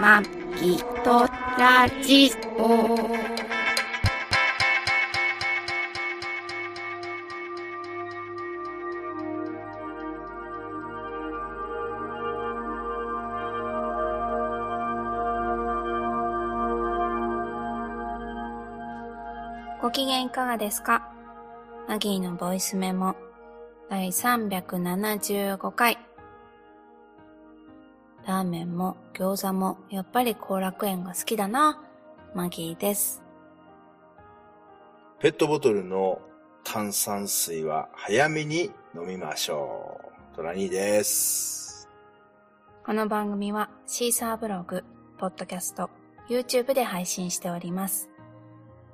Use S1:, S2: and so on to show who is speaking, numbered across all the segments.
S1: まきとラジオ。ご機嫌いかがですかマギーのボイスメモ第375回。ラーメンも餃子もやっぱり後楽園が好きだな。マギーです。
S2: ペットボトルの炭酸水は早めに飲みましょう。トラニーです。
S1: この番組はシーサーブログ、ポッドキャスト、YouTube で配信しております。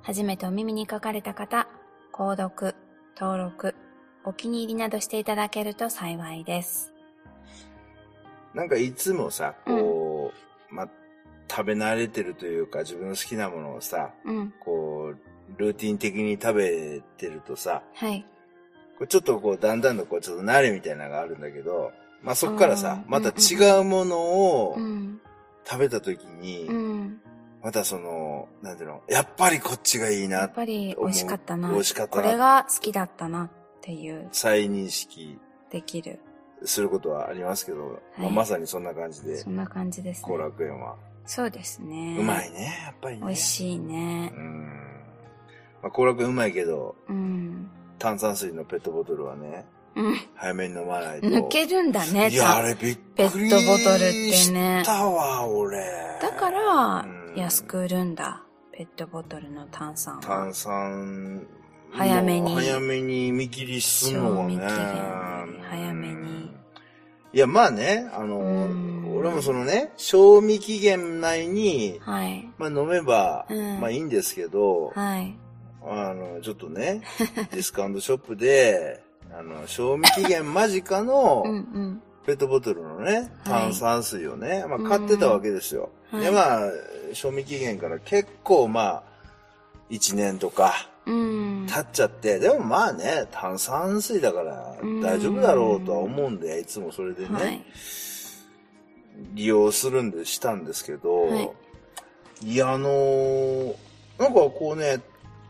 S1: 初めてお耳に書かかれた方、購読、登録、お気に入りなどしていただけると幸いです。
S2: なんかいつもさ、こう、ま、食べ慣れてるというか自分の好きなものをさ、
S1: うん、
S2: こう、ルーティン的に食べてるとさ、
S1: はい。
S2: こうちょっとこう、だんだんとこう、ちょっと慣れみたいなのがあるんだけど、まあ、そっからさ、
S1: うん
S2: また違うものを
S1: うん、
S2: 食べた時に、
S1: うん。
S2: またその、なんていうの、やっぱりこっちがいい
S1: や
S2: な
S1: っ、ぱり美味しかったな。
S2: 美味しかった
S1: こ
S2: な
S1: れが好きだったなっていう、
S2: 再認識
S1: できる。す
S2: することはありますけど、まあ、まさにそんな感じで
S1: そ、んな感じです
S2: 後
S1: ね。
S2: 楽園は。
S1: そうですね。
S2: うまいね、やっぱりね。
S1: 美味
S2: い。
S1: しいね
S2: う。ん。まあ、後楽園うまいけど、
S1: うん。
S2: 炭酸水のペットボトルはね、
S1: うん。
S2: 早めに飲まないと。
S1: 抜けるんだね、
S2: いや、あ
S1: た
S2: れびっ
S1: ペ
S2: く
S1: ッ
S2: り
S1: トボトルってね
S2: し。たわ、俺。
S1: だから
S2: うん、
S1: 安く売るんだ。ペットボトルの炭酸は。
S2: 炭酸
S1: 早めに
S2: 早めに見切りするのはね
S1: 賞味期限より早めに
S2: いやまあねあの、
S1: うん
S2: 俺もそのね賞味期限内に、
S1: はい。
S2: まあ、飲めば、
S1: うん
S2: まあいいんですけど、
S1: はい。
S2: あのちょっ とねディスカウントショップであの賞味期限間近の
S1: うんうん。
S2: ペットボトルのね、
S1: はい
S2: 炭酸水をね、まあ、買ってたわけですよ、
S1: うん
S2: でまあ賞味期限から結構まあ1年とか
S1: うん。
S2: 立っちゃって、でもまあね、炭酸水だから大丈夫だろうとは思うんで、いつもそれでね、
S1: はい。
S2: 利用するんでしたんですけど、
S1: はい
S2: いや、あのーなんかこうね、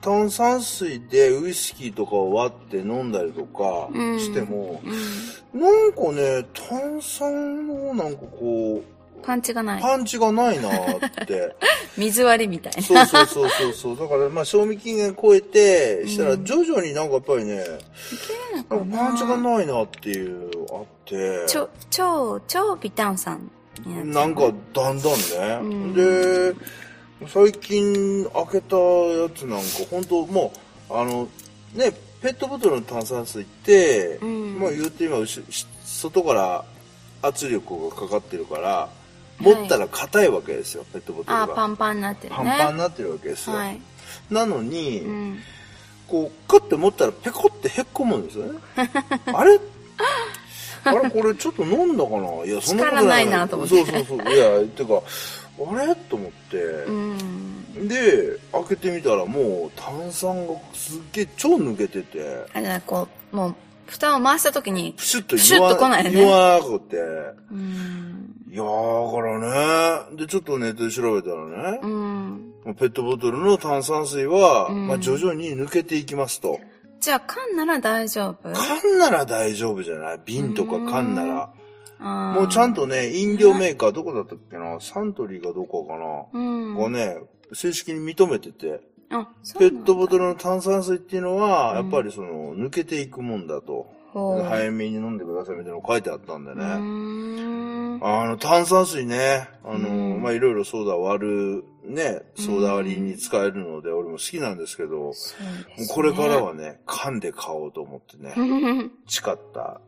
S2: 炭酸水でウイスキーとかを割って飲んだりとか
S1: うん
S2: しても、
S1: うん。
S2: なんかね、炭酸のなんかこう、
S1: パンチがない。
S2: パンチがないなーって。
S1: 水割りみたい
S2: そうそうそうそうそう。だからまあ賞味期限超えて、したら徐々になんかやっぱりね、
S1: な。いけ
S2: な
S1: る
S2: ん
S1: の
S2: か
S1: か
S2: パンチが
S1: な
S2: ないなっていう、あって。
S1: 超、超、超微炭酸にっちゃ
S2: な
S1: うん
S2: か、だんだんね。
S1: うん
S2: で、最近開けたやつなんか、本当もう、あの、ね、ペットボトルの炭酸水って、
S1: うん
S2: まあ言って今、うしし外から圧力がかかってるから、持ったら硬いわけですよ、ペットボトル
S1: あ
S2: が。
S1: あ、パンパンになってるね。
S2: パンパンになってるわけですよ。
S1: はい。
S2: なのに、
S1: うん。
S2: こう、クッて持ったらペコってへっこむんです よね。あれあれこれちょっと飲んだかないや、そんなこと
S1: 力ないなと思って
S2: そうそうそう。いや、てか、あれと思って。
S1: うん。
S2: で、開けてみたらもう炭酸がすっげえ超抜けてて、
S1: あれだ、こう、もう、蓋を回したときに、
S2: プシュッと
S1: プシュッと来ないね
S2: 言わなくて。
S1: うん。
S2: いやー、だからね。で、ちょっとネットで調べたらね
S1: う、ん。
S2: もうペットボトルの炭酸水は、
S1: うん
S2: まあ徐々に抜けていきますと。
S1: じゃあ、缶なら大丈夫
S2: 缶なら大丈夫じゃない瓶とか缶なら。も
S1: も
S2: うちゃんとね、飲料メーカーどこだったっけなサントリーかどこか
S1: う
S2: な、
S1: ん。
S2: がね、正式に認めてて、
S1: あ、そう
S2: ペ
S1: なんだ
S2: ットボトルの炭酸水っていうのは、
S1: う
S2: や
S1: ん
S2: っぱりその、抜けていくもんだと。
S1: ほう
S2: 早めに飲んでくださいみたいなの書いてあったんで
S1: う
S2: ね。
S1: ーん
S2: あの、炭酸水ね、あの、
S1: うん
S2: まあ、いろいろソーダ割る、ね、ソーダ割りに使えるので、俺も好きなんですけど、もう
S1: そうですね
S2: これから。はね、缶で買おうと思って ね。
S1: は
S2: 誓った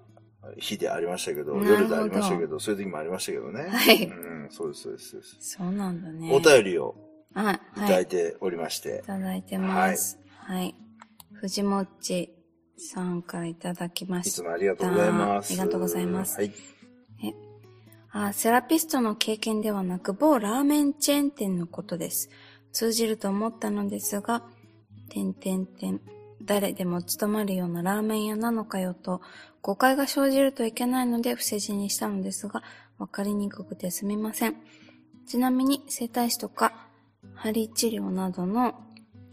S2: 日でありましたけど、
S1: なるほど
S2: 夜でありましたけど、そういう時もありましたけどね。
S1: い。
S2: うん、そうです、そうです、そうです。
S1: そうなんだね。
S2: お便りを
S1: はいい。は
S2: ただ
S1: い。
S2: いておりまして、
S1: いただいてます。はい。藤もっちさんからいただきま
S2: い、
S1: し
S2: つ
S1: た。
S2: もありがとうございます。
S1: ありがとうございます
S2: はい。
S1: あ、セラピストの経験ではなく、某ラーメンチェーン店のことです。通じると思ったのですが、点点点。誰でも務まるようなラーメン屋なのかよと、誤解が生じるといけないので、不世辞にしたのですが、わかりにくくてすみません。ちなみに整体師とか針治療などの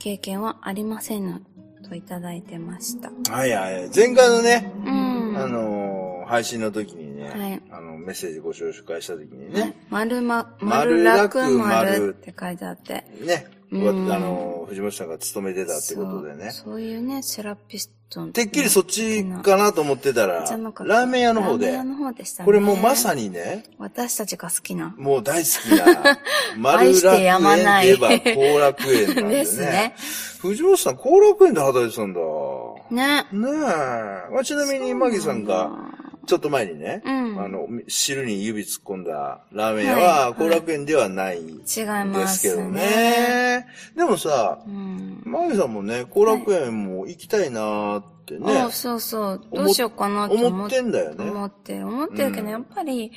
S1: 経験はありませんのといただいてました。
S2: はいはい。前回のね、
S1: うん。
S2: あのー配信の時にね、
S1: はい
S2: あの、メッセージご紹介した時に
S1: ね
S2: ね、、
S1: 丸ま、
S2: 丸
S1: 丸
S2: 楽
S1: 楽
S2: 丸
S1: 丸って書いてあって。
S2: ね、こうやっ
S1: うん
S2: てあのー藤本さんが勤めてたってことでね
S1: そ。うそういうね、セラピストの。
S2: てっきりそっちかなと思ってたら、ラ
S1: じゃなかった
S2: ーメン屋の方で
S1: ラーメン屋、の方でしたね。
S2: これもうまさにね、
S1: 私たちが好きな。
S2: もう大好 きな、丸
S1: 愛し
S2: 楽
S1: てやま
S2: 園
S1: な
S2: とい
S1: い
S2: えば後楽園なんでね。
S1: ですね。
S2: 藤本さん、後楽園で働いてたんだ。
S1: ね。
S2: ねえ。まあ、ちなみに、マギさんが、ちょっと前にね、
S1: うん
S2: あの、汁に指突っ込んだラーメン屋は、
S1: はい
S2: 後楽園ではないんで
S1: 違いますす
S2: け
S1: ね。
S2: どね。でもさ、
S1: うん。
S2: マギさんもね、後楽園も行きたいなーってね、
S1: あそうそう。どうしようかなと
S2: 思
S1: 思
S2: っ
S1: ってて、
S2: んだよね。
S1: 思って、思ってるけど、
S2: うん
S1: やっぱり、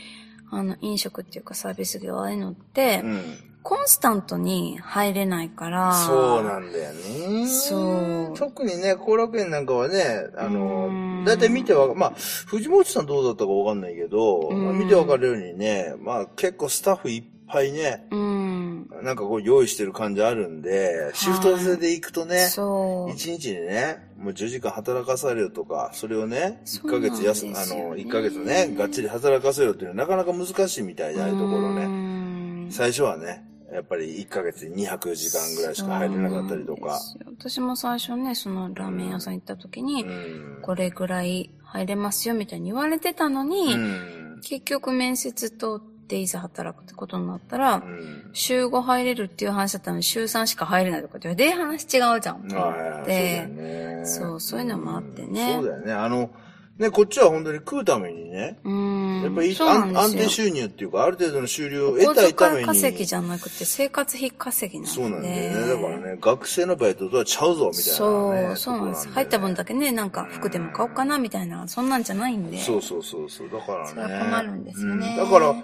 S1: あの、飲食っていうかサービス業ああいうのって、
S2: うん。
S1: コンスタントに入れないから。
S2: そうなんだよね。
S1: そう
S2: 特にね、後楽園なんかはね、あ
S1: う
S2: の、
S1: ん
S2: だいたい見てわか、まあ、藤本さんどうだったかわかんないけど、
S1: うん
S2: まあ見てわかるようにね、まあ結構スタッフいっぱいね、
S1: うん。
S2: なんかこう用意してる感じあるんで、シフト制で行くとね、
S1: そう。
S2: 一日にね、もう10時間働かされるとか、それをね、1
S1: そうな
S2: ヶ
S1: ん
S2: 月休、
S1: で
S2: あ
S1: すよね
S2: の、一ヶ月ね、がっちり働かせるっていうのはなかなか難しいみたいで、ああいうところね。
S1: ね
S2: 最初はね、やっぱり1ヶ月に200時間ぐらいしか入れなかったりとか。
S1: そうなんですよ私も最初ね、そのラーメン屋さん行った時に、
S2: うん
S1: これぐらい入れますよみたいに言われてたの
S2: う
S1: に、
S2: ん。
S1: 結局面接通っていざ働くってことになったら、
S2: うん
S1: 週5入れるっていう話だったのに週3しか入れないとかって、で、話違うじゃん。
S2: はいはいそうだよね。
S1: そうそういうのもあってね
S2: うんそうだよね。あの、ね、こっちは本当に食うためにね、
S1: うん。
S2: やっぱり
S1: そうなん
S2: 安安
S1: です
S2: 定
S1: よ。
S2: 収入っていうか、ある程度の収入を
S1: お
S2: 得た
S1: 小
S2: いため
S1: 遣い
S2: に。
S1: 稼ぎじゃなくて生活費稼ぎなんで。
S2: そうなんだよね。だからね、学生のバイトとはちゃうぞ、みたいな、ね。
S1: そう、そうなんです。
S2: ところだよね
S1: 入った分だけね、なんか服でも買おうかな、みたいな、そんなんじゃないんで。
S2: そうそうそうそう。だからね。
S1: それは困るんですよね
S2: うんだから、ね、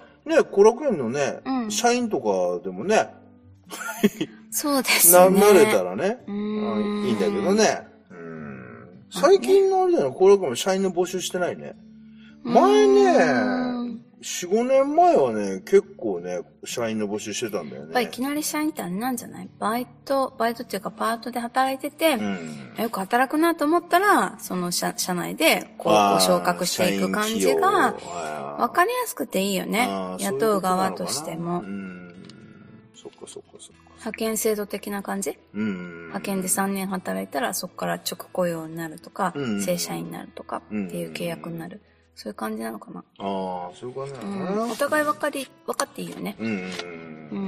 S2: 後楽園のね、
S1: うん
S2: 社員とかでもね、
S1: そうです
S2: な、
S1: ね。
S2: なれたらね、
S1: う
S2: あ
S1: ん。
S2: いいんだけど。ね。うん。最近のあれだよね、後楽園も社員の募集してないね。前ね
S1: うん、
S2: 4、5年前はね、結構ね、社員の募集してたんだよ
S1: やっぱ
S2: ね
S1: い。きなり社員ってあれなんじゃないバイト、バイトっていうかパートで働いてて、
S2: うん。
S1: よく働くなと思ったら、その社社内で、こう、こ
S2: あー
S1: う昇格していく感
S2: 社
S1: じ
S2: 員企業
S1: が、
S2: はい
S1: わかりやすくていいよね
S2: あ。ー
S1: 雇う側としても
S2: そういうことなのかなう。ん。そっかそっかそっか。
S1: 派遣制度的な感じ
S2: うん。
S1: 派遣で3年働いたらそこから直雇用になるとか、
S2: うん
S1: 正社員になるとかっていう契約になる、そういう感じなのかな、
S2: ああ、そういうことな
S1: う
S2: のか
S1: ん、
S2: な
S1: お。互い分かり分かっていいよね
S2: うん。
S1: う
S2: う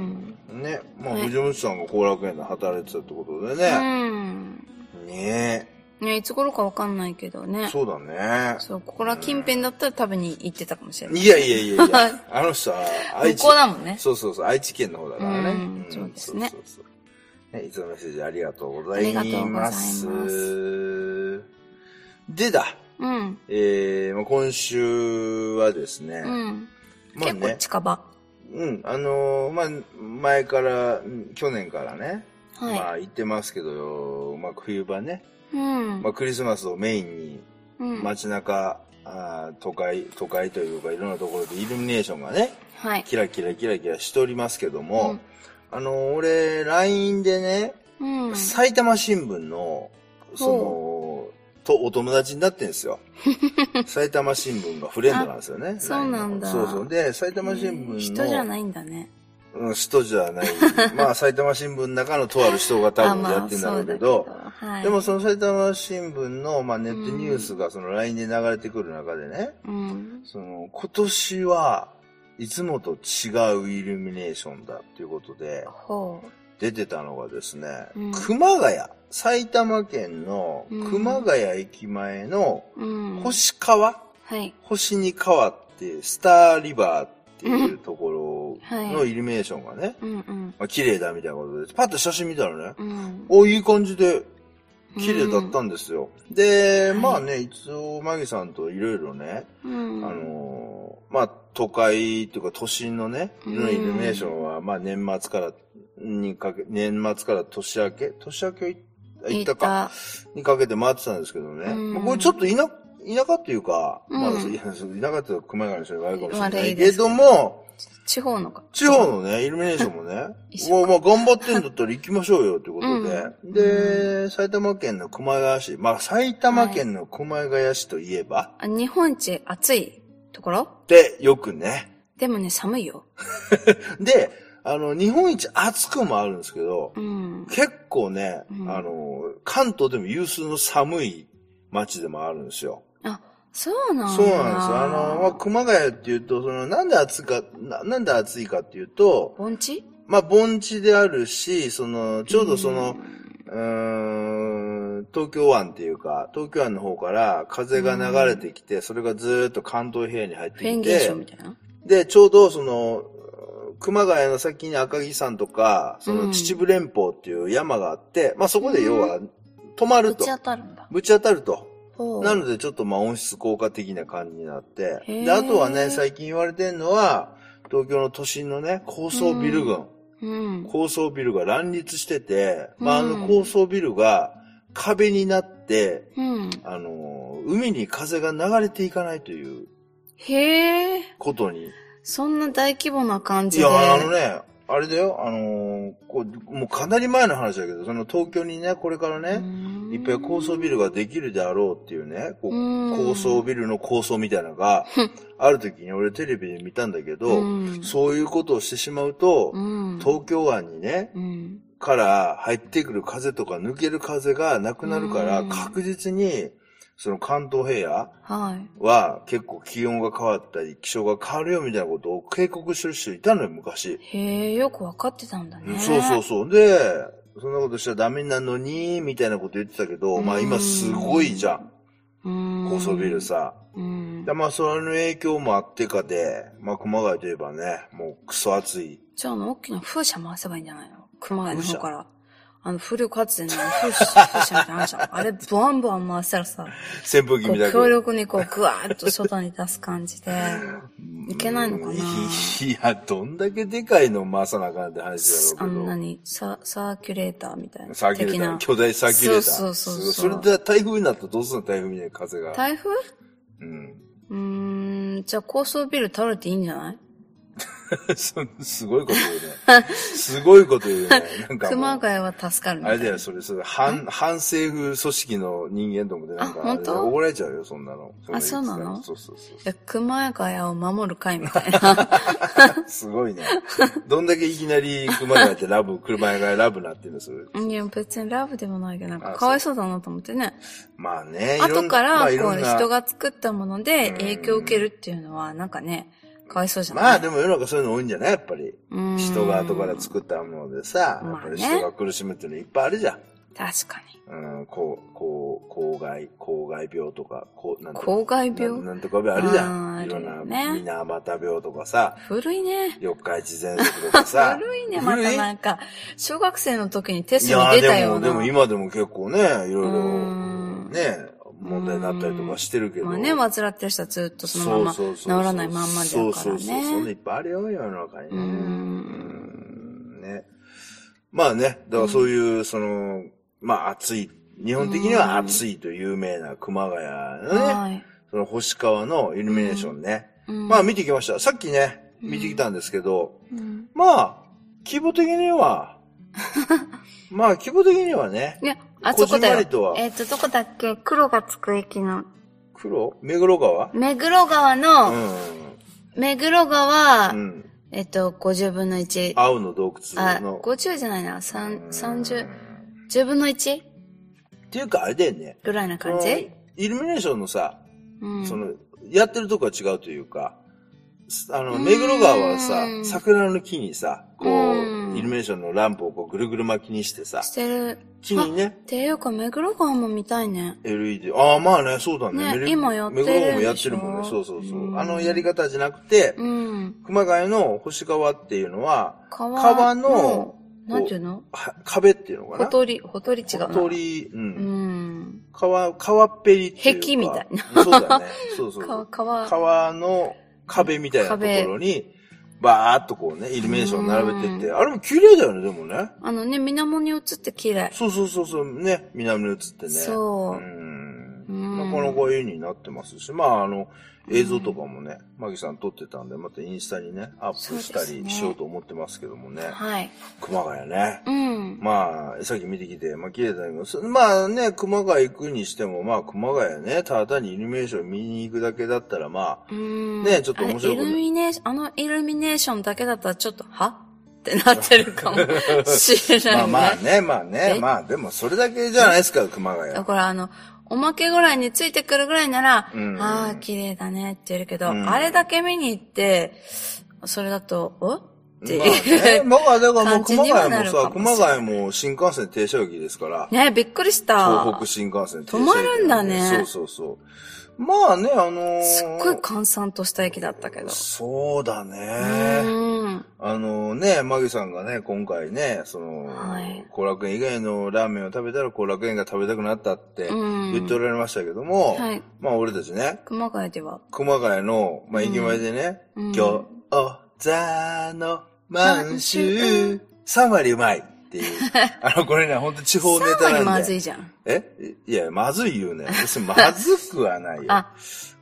S2: ん
S1: ん、
S2: ね、まあ、
S1: ね
S2: 藤本さんが後楽園で働いてたってことで
S1: う
S2: ね。
S1: ん
S2: ね
S1: ね、いつ頃か分かんないけど
S2: え
S1: ね
S2: そうだね。
S1: そうここら近辺だったら食べに行ってたかもしれない
S2: いやいやい やいや、あの人は愛
S1: 向
S2: 知、
S1: こうだもんね
S2: そうそうそう、愛知県の方だからね。
S1: うんそうですね
S2: そうそうそうねいつもメッセージありがとうござい
S1: ありがとうござ
S2: ま。
S1: いますす
S2: でだ、
S1: うん
S2: えー、まあ今週はですね、
S1: うん、
S2: まあ
S1: 結構
S2: ね、
S1: 近場
S2: うん、あのーまあ、前から、うん去年からね、
S1: はい、
S2: まあ言ってますけど、まあ冬場ね、
S1: うん、
S2: まあクリスマスをメインに
S1: うん
S2: 街中、あー都会、都会というかいろんなところでイルミネーションがね、
S1: はい
S2: キラキラキラキラしておりますけども、
S1: うん
S2: あの、俺、LINE でね、
S1: うん
S2: 埼玉新聞の、その、とお友達になって んですよ。埼玉新聞がフレンドなんですよね。
S1: そうなんだ
S2: LINE のそうそう。で、埼玉新聞の、
S1: 人じゃないんだね
S2: うん、人じゃない。 まあ、埼玉新聞の中のとある人が多分やってんだろうけど、
S1: あまあそうだけどはい、
S2: でもその埼玉新聞の、まあ、ネットニュースがその LINE で流れてくる中でね、
S1: うん、
S2: その、今年はいつもと違うイルミネーションだっていうことで、
S1: ほう
S2: 出てたのがですね、
S1: うん
S2: 熊谷、埼玉県の熊谷駅前の
S1: うん、
S2: 星川、
S1: はい。
S2: 星に川っていうスターリバーっていうところ
S1: うん
S2: の
S1: はい
S2: イルミネーションがね、
S1: うんうん。
S2: まあ、綺麗だみたいなことで、パッと写真見たらね、
S1: うん。
S2: お、いい感じで綺麗だったんですよ。で、
S1: はい
S2: まあね、一応、マギさんといろいろね、
S1: うん。
S2: あのーまあ、都会というか都心のね、イ
S1: うん
S2: ルミネーションは、まあ、年末から、にかけ、年末から年明け年明けい行ったか、
S1: 行っ
S2: にかけて回ってたんですけどね。
S1: うん
S2: まあこれちょっと田、田舎っていうか、
S1: うん
S2: まあ、いやそう田舎っていうと熊谷の人に悪いかもしれ
S1: 悪
S2: ない
S1: い
S2: け
S1: ですけ
S2: ど
S1: ど
S2: も、
S1: 地方のか。
S2: 地方のね、イルミネーションもね、
S1: 一
S2: ま
S1: 緒
S2: あまあ頑張ってんだったら行きましょうよってことで、
S1: うん
S2: で、埼玉県の熊谷市、まあ埼玉県の熊谷市といえば、
S1: あ日本一暑いところ
S2: ってよくね。
S1: でもね、寒いよ。
S2: で、あの、日本一暑くもあるんですけど、
S1: うん。
S2: 結構ね、
S1: うん
S2: あの、関東でも有数の寒い町でもあるんですよ。
S1: あ、そうなんだ。
S2: そうなんですよ。あの、まあ、熊谷っていうと、その、なんで暑いか、ななんで暑いかっていうと、
S1: 盆地
S2: まあ、盆地であるし、その、ちょうどその、うーん、東京湾っていうか、東京湾の方から風が流れてきて、それがずーっと関東平野に入って
S1: フェー
S2: き
S1: ン
S2: て、
S1: 現象みたいな。
S2: で、ちょうどその、熊谷の先に赤城山とか、そうの
S1: ん
S2: 秩父連峰っていう山があって、まあそこで要は止ま
S1: ぶ
S2: ると
S1: ち。当たるんだ。
S2: ぶち当たると。
S1: ほう
S2: なのでちょっとまあ温室効果的な感じになって。
S1: へー
S2: で、あとはね、最近言われてるのは、東京の都心のね、高層ビル群、
S1: うん。
S2: 高層ビルが乱立してて、まああ
S1: うん
S2: の高層ビルが壁になって、
S1: うん。
S2: あのー、海に風が流れていかないという
S1: へえ。
S2: ことに
S1: そんな大規模な感じ
S2: い
S1: で。
S2: や、あのね、あれだよ、あのーこう、もうかなり前の話だけど、その東京にね、これからね、いっぱい高層ビルができるであろうっていうね、こう
S1: うん
S2: 高層ビルの構想みたいなのが、ある時に俺テレビで見たんだけど、
S1: うん
S2: そういうことをしてしまうと、
S1: うん。
S2: 東京湾にね、
S1: うん。
S2: から入ってくる風とか抜ける風がなくなるから、
S1: うん
S2: 確実に、その関東平野
S1: はい。
S2: は結構気温が変わったり、気象が変わるよみたいなことを警告してる人いたのよ、昔。
S1: へえ、よくわかってたんだね。
S2: そうそうそう。で、そんなことしちゃダメなのに、みたいなこと言ってたけど、まあ今すごいじゃん。
S1: う。うん。
S2: 高層ビル。さ。
S1: うん
S2: で。まあそれの影響もあってかで、まあ熊谷といえばね、もうクソ暑い。
S1: じゃあ、あの、大きな風車回せばいいんじゃないの熊谷の
S2: 風車
S1: 方から。あの、風力発電の風車、風車みたいなのある じゃん。あれ、バンバン回したらさ、
S2: 扇風機
S1: こ
S2: みた
S1: う、
S2: い
S1: 強
S2: な。
S1: 力にこう、ぐわーっと外に出す感 じで。いけないのかない
S2: や、どんだけでかいの回さなあかんって話だ
S1: あ
S2: ろ
S1: の、
S2: うけ
S1: 何サ、サーキュレーターみたいな。
S2: ど。サーキュレー
S1: 的
S2: ター、
S1: な。
S2: 巨大サーキュレーター。
S1: そうそうそうそう
S2: すごいそれで台風になったらどうすんの台風みたいな 風が。
S1: 台風
S2: うん。
S1: う ーん、じゃあ高層ビル倒れていいんじゃない
S2: そすごいこと言う ね。すごいこと言うね。なんかもう
S1: 熊谷は助かるみ
S2: あ
S1: た
S2: れ
S1: い
S2: だ
S1: な。
S2: よ、それ、それ、反、反政府組織の人間と思って、なんか
S1: あ
S2: あ
S1: 本
S2: れだよ、
S1: 当
S2: 怒られちゃうよ、そんなの。ん言ってたら
S1: そうなの
S2: そうそうそ
S1: え熊谷を守る会みたいな。
S2: う。すごいね。どんだけいきなり熊谷ってラブ、車屋がラブなってるの、それ。
S1: いや、別にラブでもないけど、なんか
S2: あそう
S1: かわいそうだなと思ってね。
S2: まあね、いろん
S1: 後から、
S2: まあ、い
S1: こ
S2: ろ
S1: う、
S2: んな
S1: 人。が作ったもので
S2: うん
S1: 影響を受けるっていうのは、なんかね、かわいそうじゃ
S2: ま
S1: な
S2: あ
S1: い、
S2: でも世の中そういうの多いんじゃないやっぱり。
S1: うん
S2: 人が後から作ったものでさ、やっぱり
S1: まあね
S2: 人が苦しむっていうのいっぱいあるじゃん。
S1: 確かに。
S2: うん、こう、こう、公害、公害病とか、こう、なんとか
S1: 公害
S2: な
S1: 病
S2: なんとか病あるじゃ
S1: あー
S2: ん。
S1: あ
S2: い
S1: る
S2: ろ
S1: よ
S2: ん
S1: ね
S2: な、水俣病とかさ、
S1: 古いね。
S2: 四日市全息とかさ。
S1: 古いね、ま
S2: 古
S1: た
S2: い
S1: なんか、小学生の時にテス
S2: い
S1: ト
S2: や
S1: に
S2: ー
S1: 出た
S2: で
S1: よう
S2: も、
S1: な。
S2: でも今でも結構ね、いろいうろ
S1: ん、
S2: ね、問題になったりとかしてるけど。
S1: まあね、患ってる人はずっとそのまま治
S2: そうそうそう
S1: らないまんまで
S2: そ
S1: や
S2: う
S1: か
S2: そ
S1: ら
S2: うそう。そんな
S1: ね。
S2: いっぱいあるよ、世の中に
S1: う
S2: ね。
S1: ん。
S2: うんね。まあね、だからそういう、その、まあ暑い。日本的には暑いと有名な熊谷のね、
S1: はい。
S2: その星川のイルミネーションね。
S1: うん
S2: まあ見てきました。さっきね、
S1: うん
S2: 見てきたんですけど、
S1: うん
S2: まあ、規模的 には、まあ規模的にはね、
S1: いや、あそこだ
S2: こじんま
S1: よ
S2: りとは。
S1: えっと、どこだっけ黒がつく駅の。
S2: 黒目黒川
S1: 目黒川
S2: う
S1: の、
S2: ん。
S1: 目黒川、
S2: うん。
S1: えっと、50分の1。
S2: 青の洞
S1: あ
S2: 窟、の。
S1: 50じゃないな、3、
S2: う
S1: 30、
S2: ん
S1: 10分の 1?
S2: っていうかあれだよね。
S1: ぐらいな感じ
S2: イルミネーションのさ、
S1: うん。
S2: その、やってるとこは違うというか、すあの、
S1: うん
S2: 目黒川はさ
S1: う、ん
S2: 桜の木にさ、こ
S1: うん
S2: う、イルミネーションのランプをこうぐるぐる巻きにしてさ、
S1: してる。
S2: 木にね、
S1: っていうか、目黒川も見たいね。
S2: LED、ああ、まあね、そうだね。
S1: ね
S2: メル
S1: 今やってる
S2: 目黒川もやってるも
S1: で
S2: んね。
S1: し
S2: そ
S1: ょ
S2: うそうそうう。
S1: ん
S2: あのやり方じゃなくて、
S1: うん。
S2: 熊谷の星川っていうのは、
S1: 川
S2: 川の、
S1: なんていうの
S2: は壁っていうのか
S1: ほ
S2: な
S1: とり、ほとり違うな。
S2: 小鳥う。
S1: うんん。
S2: 川、川っぺりっていうか。
S1: 壁みたい
S2: な。そうだね。そうそうそう
S1: 川、。川。
S2: 川の壁みたいなところに、バーっとこうね、イルミネーション並べてって、
S1: う
S2: あれも綺麗だよね、でもね。
S1: あのね、水面に映って綺麗。
S2: そうそうそうそう、ね、南に移ってね。
S1: そう
S2: うん。
S1: うん
S2: なんなか絵になってますし、まあ、あの、映像とかもね、マギさん撮ってたんで、またインスタにね、アップした
S1: そうです
S2: り
S1: ね
S2: しようと思ってますけどもね。
S1: はい。
S2: 熊谷ね。
S1: うん。
S2: まあ、さっき見てきて、まあ、綺麗だけど、そまあね、熊谷行くにしても、まあ、熊谷ね、ただ単にイルミネーション見に行くだけだったら、まあ、
S1: うん。
S2: ねちょっと面白い
S1: あ
S2: こと
S1: れイルミネーション、あのイルミネーションだけだったらちょっと、はってなってる かもしれない、
S2: まあ
S1: ね。
S2: まあね、まあね、
S1: え
S2: まあ、でもそれだけじゃないですか、熊谷。
S1: だからあの、おまけぐらいについてくるぐらいなら、
S2: うん
S1: ああ、綺麗だねって言えるけど、
S2: うん
S1: あれだけ見に行って、それだと、おっていう、
S2: まあね、まあ、だからも
S1: 感
S2: う
S1: じ
S2: 熊
S1: にはな
S2: 谷も
S1: るかも
S2: さ、
S1: しれない
S2: 熊谷も新幹線停車駅ですから、
S1: ね、びっくりした。
S2: 東北新幹線停車駅。
S1: 止まるんだね
S2: そうそうそう。まあね、あのー
S1: すっごい閑散とした駅だったけど。
S2: そうだね。
S1: うん。
S2: あのね、マギさんがね、今回ね、その、
S1: はい
S2: 後楽園以外のラーメンを食べたら後楽園が食べたくなったって
S1: うん
S2: 言っておられましたけども、
S1: はい。
S2: まあ俺たちね、
S1: 熊谷では。
S2: 熊谷の、まあ駅前でね、
S1: うん
S2: 餃子の満州、3割うまいっ ていう。あの、これね、ほんと地方ネ
S1: 3
S2: タ
S1: 割
S2: な
S1: ま
S2: ん
S1: ず
S2: で。
S1: いじゃん。
S2: えいや、まずいよね。別にまずくはないよ。
S1: あ、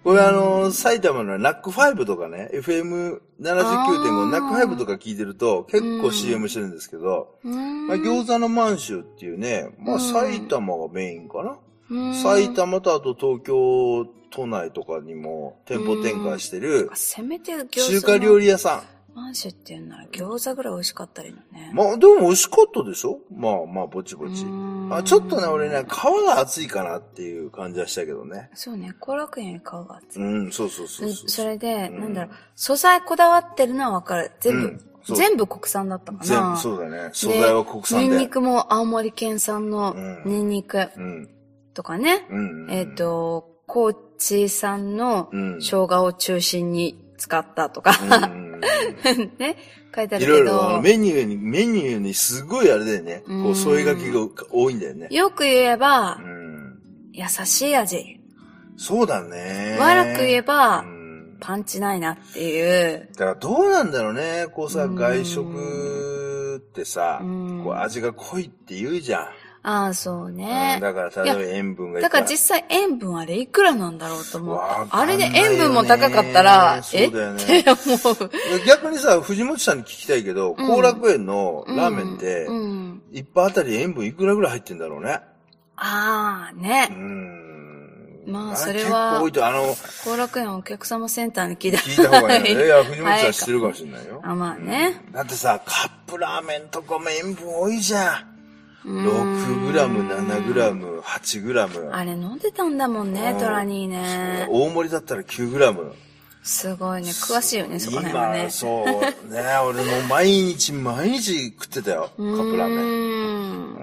S2: これあの、埼玉のナックファイブとかね、FM79.5 ナックファイブとか聞いてると結
S1: う
S2: 構
S1: ん
S2: CM してるんですけど、
S1: うーん
S2: まあ、餃子の満州っていうね、ま
S1: う
S2: あ
S1: ん
S2: 埼玉がメインかな。
S1: 子
S2: 埼玉とあと東京都内とかにも店舗展開してる
S1: せめて餃子。
S2: 中華料理。屋さ
S1: 満州っていうなら餃子ぐらい美味しかったらいいのね。
S2: ん。まあでも美味しかったでしょまあまあぼちぼち。
S1: う
S2: あちょっとね、俺ね、皮が厚いかなっていう感じはしたけどね。
S1: そうね、後楽園より皮が厚い。
S2: うん、そうそうそううんそう。
S1: それで、
S2: うん
S1: なんだろう、素材こだわってるのはわかる。全
S2: う
S1: 部
S2: ん、そう
S1: 全部国産だったか
S2: 全
S1: な。
S2: 部そうだね。
S1: で
S2: 素材は国産で。
S1: ニンニクも青森県産の
S2: うん
S1: ニンニク
S2: うん。
S1: とかね。
S2: うん。
S1: えっ、、と、高知産の
S2: うん。
S1: 生姜を中心に使ったとか、
S2: うん。
S1: ね、書いてあるけど。
S2: いろいろあのメニューに、メニューにすごいあれだよね。
S1: うん
S2: こう、添え書きが多いんだよね。
S1: よく言えば
S2: う、ん。
S1: 優しい味。
S2: そうだね。
S1: 悪く言えば
S2: う、ん。
S1: パンチないなっていう。
S2: だからどうなんだろうね。こうさ、
S1: うん
S2: 外食ってさ、
S1: うん
S2: こう味が濃いって言うじゃん。
S1: ああ、そう
S2: う
S1: ね
S2: ん。だから、例えば塩分がいっ
S1: だか
S2: ぱい
S1: ら実際塩分あれいくらなんだろうと思う
S2: わ。か
S1: あ
S2: んな
S1: れ
S2: い
S1: で
S2: よね
S1: 塩分も高かったら、え
S2: そ
S1: っ
S2: うだよね
S1: て思う。
S2: 逆にさ、藤本さんに聞きたいけど、
S1: うん
S2: 後楽園のラーメンって
S1: う、んうん。
S2: 一杯あたり塩分いくらぐらい入ってんだろうね。
S1: ああ、ね
S2: う。ん。
S1: まあ
S2: れ
S1: それは
S2: 結構多いと、あの、
S1: 後楽園お客様センターに聞いた
S2: 聞いた方がいいよね。いや、藤本
S1: は
S2: さん
S1: い
S2: 知ってるかもしれないよ。
S1: あまあね
S2: うん。だってさ、カップラーメンとかも塩分多いじゃん。
S1: うん
S2: 6グラム、7グラム、8グラム。
S1: あれ飲んでたんだもんね
S2: う、ん
S1: トラニーね。
S2: 大盛りだったら9グラム。
S1: すごいね。詳しいよね、そこら辺はね
S2: 今、。そう。ね、俺もう毎日、毎日食ってたよ。カップラーメン。
S1: ン。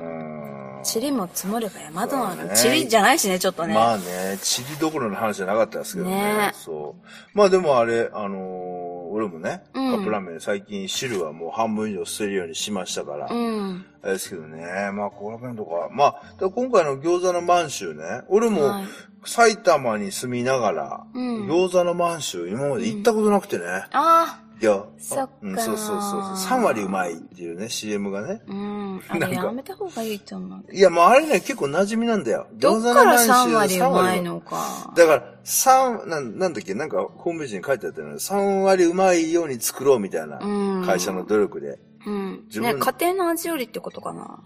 S2: うん。
S1: チリも積もれば山とな
S2: そう
S1: る。
S2: ね
S1: チリじゃないしね、ちょっとね。
S2: まあね、チリどころの話じゃなかったですけどね。
S1: ね
S2: そう。まあでもあれ、あのー俺もね、
S1: うん
S2: カップラーメン最近汁はもう半分以上捨てるようにしましたから、
S1: う
S2: あ
S1: ん。
S2: れですけどね、まあ後楽園とか、まあ、だから今回の餃子の満州ね、俺も
S1: はい
S2: 埼玉に住みながら、
S1: うん
S2: 餃子の満州今まで行ったことなくてね、
S1: あ
S2: いや、
S1: そっか
S2: うん、そうそうそうそう、3割うまいっていうね、CM がね。
S1: あ。うん。あれやめた方がいいと思う。
S2: いや、もうあれね、結構馴染みなんだよ。
S1: どっ
S2: 餃子の
S1: から
S2: 満州
S1: 3割
S2: 3
S1: う
S2: 割
S1: まいのか。
S2: だから、三、なん、なんだっけ、なんか、ホームページに書いてあったよね。3割うまいように作ろうみたいな
S1: う、ん
S2: 会社の努力で。
S1: うん。
S2: 自
S1: ね、
S2: 分
S1: 家庭の味よりってことかな。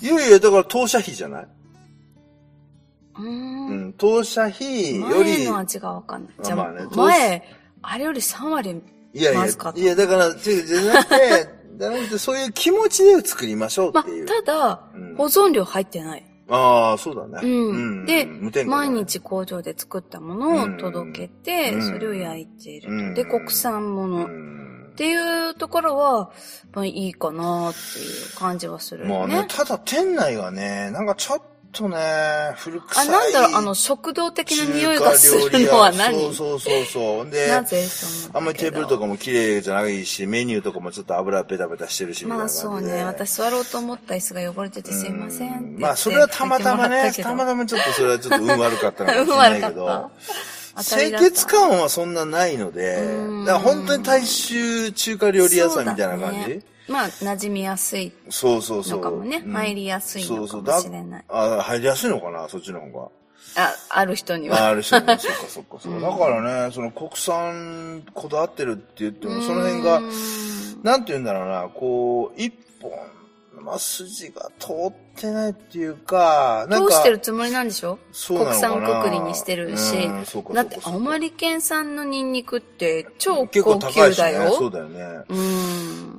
S2: いやいや、だから、当社費じゃないう
S1: ー。
S2: うんん、当社費より、
S1: 前の味がわかんない。
S2: まあ
S1: じゃ
S2: まあ
S1: あ
S2: ね、どうし
S1: 前、あれより3割。
S2: いやいや
S1: まずかっ、た
S2: いや、だから、違う、じゃなく て、じゃなくて、そういう気持ちで作りましょう
S1: ま
S2: っ
S1: あ
S2: ていう。、
S1: ただ、
S2: うん
S1: 保存料入ってない。
S2: ああ、そうだ
S1: う
S2: ね。
S1: ん。で、毎
S2: だね
S1: 日工場で作ったものを届け
S2: う
S1: て、
S2: ん
S1: それを焼いていると。で、
S2: うん
S1: 国産もの。っ
S2: うん
S1: ていうところは、まあいいかなっていう感じはする
S2: ま
S1: よ
S2: あ
S1: ね。
S2: ね、ただ店内がね、なんかちょっとね、古臭
S1: あ、
S2: い。
S1: なんだろう、あの、食堂的な匂いがするのは何
S2: 中華料理屋そうそうそうそう。で、
S1: なぜと思った
S2: あんまりテーブルとかも綺麗じゃないし、メニューとかもちょっと油ベタベタしてるし、みたい
S1: ま
S2: な
S1: あ
S2: 感じで。
S1: そうね。私座ろうと思った椅子が汚れててすいませんって言
S2: う
S1: って。
S2: まあそれはたまたま
S1: 書
S2: ね
S1: い、て
S2: た
S1: も
S2: ま
S1: らった
S2: まちょっとそれはちょっと運悪かったのかもし
S1: 運
S2: れないけ
S1: 悪かっ、
S2: ど
S1: た
S2: 清潔感はそんなないので
S1: う、ん
S2: だから本当に大衆中華料理屋さんみたいな感
S1: そうだね
S2: じ
S1: けどまあ馴染みやすい
S2: そうそうそう。
S1: のかもね。
S2: うん
S1: 入りやすい
S2: そ
S1: の
S2: うそ
S1: か
S2: う
S1: もしれない。
S2: だあ、入りやすいのかなそっちの方が。
S1: あ、ある人に
S2: あ
S1: は。
S2: ある種ね、そっかそっかそうう。
S1: ん
S2: だからね、その国産こだわってるって言っても、その辺が
S1: う、ーん
S2: なんて言うんだろうな、こう、一本、まあ、筋が通ってないっていうか、なん
S1: ど
S2: か、
S1: うしてるつもりなんでしょ
S2: そうなのかな
S1: 国産くくりにしてるし
S2: うんそうか
S1: だって
S2: そうかそうか
S1: 青森県産のニンニクって超
S2: 結
S1: 高
S2: 構高い
S1: 級
S2: しね
S1: だよ。
S2: そうだよね。
S1: うーん
S2: うー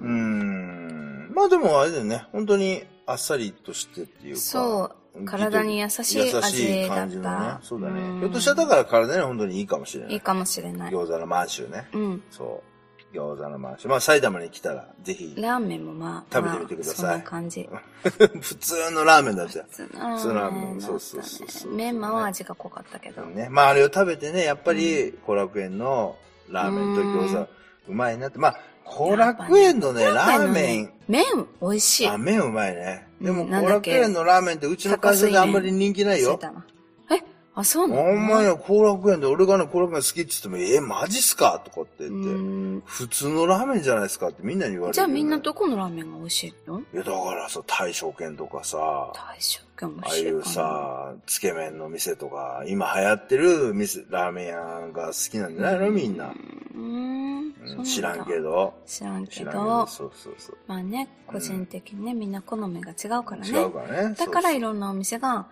S2: ん。まあでもあれだよね、本当にあっさりとしてっていうか。
S1: そう。体に優しい
S2: 優し
S1: 味
S2: い
S1: だ
S2: 感
S1: っ
S2: じのね
S1: た。。
S2: そうだ
S1: ん
S2: ね。ひょっとしたらだから体には本当にいいかもしれない
S1: い
S2: い。
S1: かもしれない。
S2: 餃子の満州ね。
S1: うん。
S2: そう。餃子の満州。まあ埼玉に来たら、ぜひ。
S1: ラーメンもまあ、
S2: 食べてみてください
S1: まあそんな感じ。
S2: 普通のラーメンだったよ。
S1: 普
S2: 通
S1: 通
S2: の
S1: の
S2: ラ
S1: ラ
S2: ー
S1: ー
S2: メン
S1: メンだったね
S2: そうそうそうそう
S1: メンマは味が濃かったけど。
S2: ね。まああれを食べてね、やっぱり、後楽園のラーメンと餃子、うまいなって。まあ、後楽園のね、ラーメン、
S1: 麺、美味しい。
S2: あ、麺うまいね。でも、
S1: うんなん
S2: 後
S1: だっ
S2: 楽
S1: け
S2: 園のラーメンってうちの会社であんまり人気ない
S1: 忘れ
S2: よ。
S1: たなえ、あ、そう
S2: あ
S1: なの
S2: んまり後楽園で、俺がね、後楽園好きって言っても、え、マジっすかとかって
S1: う
S2: 言って、
S1: ーん
S2: 普通のラーメンじゃないですかってみんなに言われる
S1: じゃ
S2: よ
S1: あ
S2: ね、
S1: みんなどこのラーメンが美味しいの
S2: いや、だからさ、大正軒とかさ、
S1: 大正軒美
S2: あ
S1: 味
S2: あ
S1: しい
S2: い
S1: かな。
S2: うさ、つけ麺の店とか、今流行ってる店、ラーメン屋が好きなんじゃないのみんな。
S1: うー。
S2: うんん知らんけ
S1: ど。
S2: ど。
S1: 知らんけ
S2: 知らんけ
S1: ど
S2: ど。。そうそうそう。
S1: まあね、個人的にね、みんな好みが違うからね。
S2: 違うからね。
S1: だから
S2: そう
S1: いろんなお店が、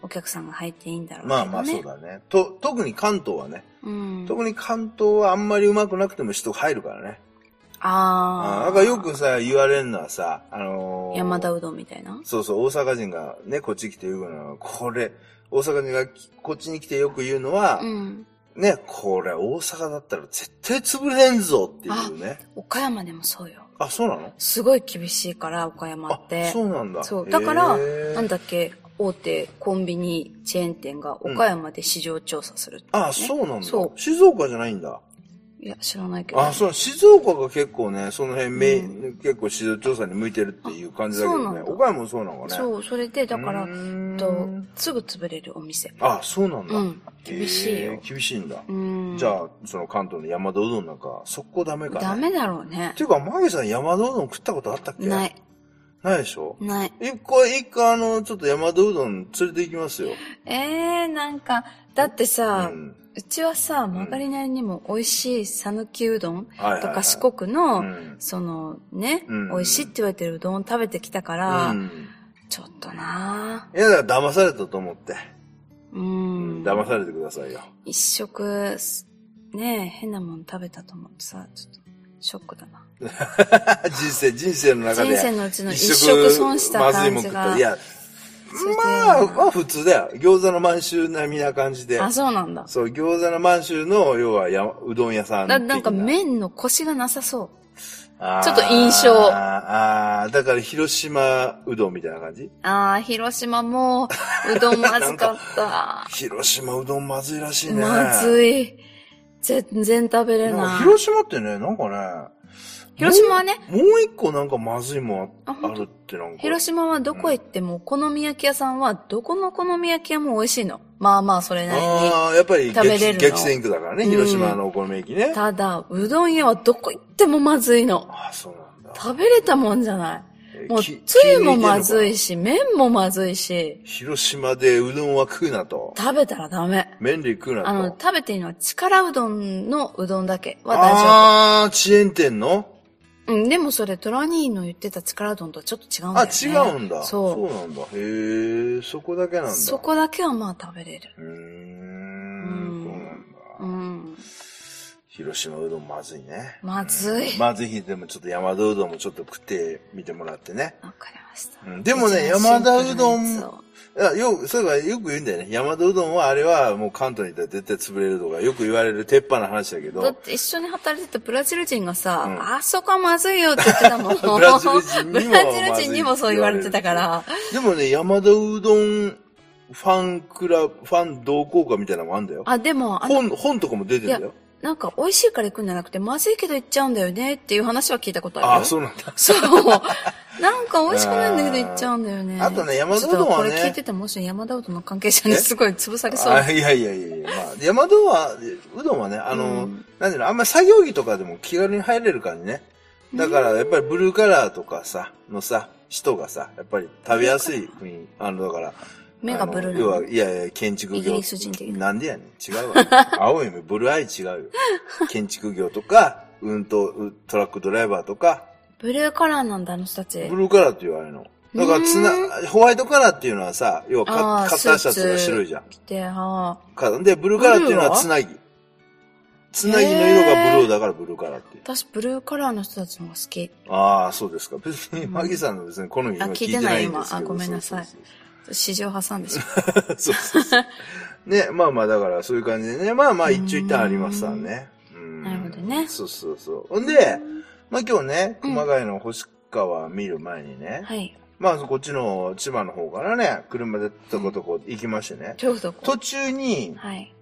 S1: お客さんが入っていいんだろ
S2: そう
S1: うけどね。
S2: まあまあそうだね。と、特に関東はね。
S1: うん。
S2: 特に関東はあんまりうまくなくても人が入るからね。
S1: ああ。
S2: あーなんかよくさ、言われるのはさ、あのー
S1: 山田うどんみたいな。
S2: そうそう、大阪人がね、こっち来て言うのは、これ、大阪人がきこっちに来てよく言うのは、
S1: うん。
S2: ね、これ大阪だったら絶対潰れんぞっていうね。
S1: 岡山でもそうよ。
S2: あ、そうなの
S1: すごい厳しいから、岡山
S2: あ
S1: っ、て。
S2: そうなんだ。
S1: そうだから
S2: へー
S1: なんだっけ、大手コンビニチェーン店が岡山で市場調査するって、
S2: あ、そうなんだ。
S1: そ
S2: 静岡じゃないんだ。
S1: う。いや、知らないけど。
S2: あ、そう、静岡が結構ね、その辺、めい
S1: うん
S2: 結構市場調査に向いてるっていう感じだけ
S1: あそ
S2: ど
S1: う
S2: ね
S1: な。んだ
S2: 岡山もそうなのかね。
S1: そう、それで、だから、
S2: うーん
S1: と、すぐ潰れるお店。
S2: あ、そうなんだ。
S1: うん。厳しい
S2: へ
S1: よ
S2: ー。厳しいんだ。
S1: うん。
S2: じゃあ、その関東の山田うどんなんか、速攻ダメかね。
S1: ダメだろうね
S2: って。いうか、マギさん山田うどん食ったことあったっけ
S1: ない。、
S2: ないでしょ
S1: ない。
S2: 一回、一回あの、ちょっと山田うどん連れて行きますよ。
S1: えー、なんか、だってさ、う
S2: う
S1: んちはさ、曲がりなりにも美味しい讃岐うどん
S2: はいはい
S1: と
S2: はい
S1: か四国の、
S2: うん
S1: そのね、
S2: うん
S1: 美味しいって言われてるうどんを食べてきたから、
S2: うん。
S1: ちょっとない
S2: や、だから騙されたと思って。
S1: ぁうん。
S2: 騙されてくださいよ。
S1: 一食、ねえ、変なもん食べたと思ってさ、ちょっと、ショックだな。
S2: 人生、人生の中で。
S1: 人生のうちの一食損した感
S2: まずいもん
S1: じ
S2: 食っ
S1: が。
S2: た。いや、まあ、まあ普通だよ。餃子の満州並みな感じで。
S1: あ、そうなんだ。
S2: そう、餃子の満州の、要はや、うどん屋さん
S1: な
S2: 的。
S1: なんか麺のコシがなさそう。
S2: あー、
S1: ちょっと印象
S2: あーあー、だから広島うどんみたいな感じ
S1: ああ、広島もう、うどんまずかった。
S2: 広島うどんまずいらしい ね。
S1: まずい。全然食べれ
S2: なん
S1: な
S2: か
S1: い。
S2: 広島ってね、なんかね。
S1: 広島はね、
S2: もうもう一個なんかまずいもんあ
S1: あ本
S2: あるってなんか。
S1: 広島はどこ行ってもお好み焼き屋さんは、どこのお好み焼き屋も美味しいの。まあまあ、それなりに。
S2: ああ、やっぱり
S1: 食べれる
S2: 激
S1: の
S2: 激戦区だからね、
S1: うん
S2: 広島のお好み焼きね。
S1: ただ、うどん屋はどこ行ってもまずいの。
S2: ああ、そうなんだ。
S1: 食べれたもんじゃない。
S2: えー
S1: もう、
S2: き
S1: つゆもまずい
S2: 気抜てんのか
S1: し、麺もまずいし、
S2: な広島でうどんは食うなと。
S1: 食べたらダメ。
S2: 麺類食うなと。
S1: あの、食べていいのは力うどんのうどんだけは大丈
S2: あー、遅延店の
S1: 夫。うん、でもそれ、トラニーの言ってた力うどんとはちょっと違うんだ
S2: あ、
S1: よね。
S2: 違うんだ。
S1: そう。
S2: なんだ。へえ、そこだけなんだ。
S1: そ。こだけはまあ食べれる。
S2: うー、
S1: うんん
S2: そうなんだ。
S1: うん。
S2: 広島うどんまずいね。
S1: まずい。わ、
S2: まあぜひでもちょっと山田うどんもちょっと食ってみてもらってね。
S1: かりました。
S2: うんでもね
S1: 一番
S2: 山田うどん
S1: シンプルなやつを
S2: いや、よく、そういえばよく言うんだよね。山田うどんはあれはもう関東にいたら絶対潰れるとかよく言われる鉄板な話だけ
S1: だ
S2: ど
S1: っ。て一緒に働いてたブラジル人がさ、
S2: うん
S1: あそこはまずいよって言ってたもん。
S2: ブラジル人にも
S1: ブラジル人にもそう言われてたから。
S2: でもね、山田うどんファンクラブ、ファン同好会みたいなのもあんだよ。
S1: あ、でも、あの、
S2: 本、本とかも出てんだ
S1: いや
S2: よ。
S1: なんか美味しいから行くんじゃなくて、まずいけど行っちゃうんだよねっていう話は聞いたことあるよ。
S2: ああ、そうなんだ。
S1: そう。なんか美味しくないんだけど行っちゃうんだよね。
S2: あとね山田うどんは
S1: ち
S2: ね
S1: ょっとこれ聞いててもし山田うどんの関係者に
S2: え
S1: すごい潰されそう。
S2: あいやいやいやいや、まあ、山田は、うどんはね、あの、
S1: うん
S2: なんていうの、あんまり作業着とかでも気軽に入れる感じね。だから、やっぱりブルーカラーとかさ、のさ、人がさ、やっぱり食べやすい雰囲気、あの、だから、
S1: 目がブルー
S2: あの要
S1: な
S2: は、いやいや、建築業。
S1: イギリス人的な
S2: なんでやねん。違 うわ。青い目、ブルーアイ違うよ。建築業とか、運動、トラックドライバーとか、
S1: ブルーカラーなんだ、あの人たち
S2: ブ。ルーカラーって言われるの。だから、つな、ホワイトカラーっていうのはさ、要はカ
S1: あー
S2: カッターシャツが
S1: スーツ
S2: 白いじゃん。
S1: で、は
S2: かで、ブルーカラーっていうのはつなぎ。つなぎの色がブルーだからブルーカラーっていう。
S1: 私、ブルーカラーの人たちの方が好き。
S2: ああ、そうですか。別に、
S1: うん
S2: マギさんの別に好み
S1: あ
S2: 今
S1: 聞い
S2: 聞い
S1: て
S2: て
S1: な
S2: ないいんですけ
S1: 今
S2: ど。
S1: あごめんなさい
S2: そうそうそう
S1: 市場挟んでしま
S2: そうそうそう。ね、まあまあ、だからそういう感じでね、まあまあ一長一短ありますわね。うん
S1: なるほどね
S2: そうそうそう。ほんで、まあ今日ね、
S1: うん
S2: 熊谷の星川見る前にね、
S1: う。はい。
S2: まあこっちの千葉の方からね、車でとことこ行きましてね、
S1: ちょうどこ
S2: 途中に
S1: う。、はい。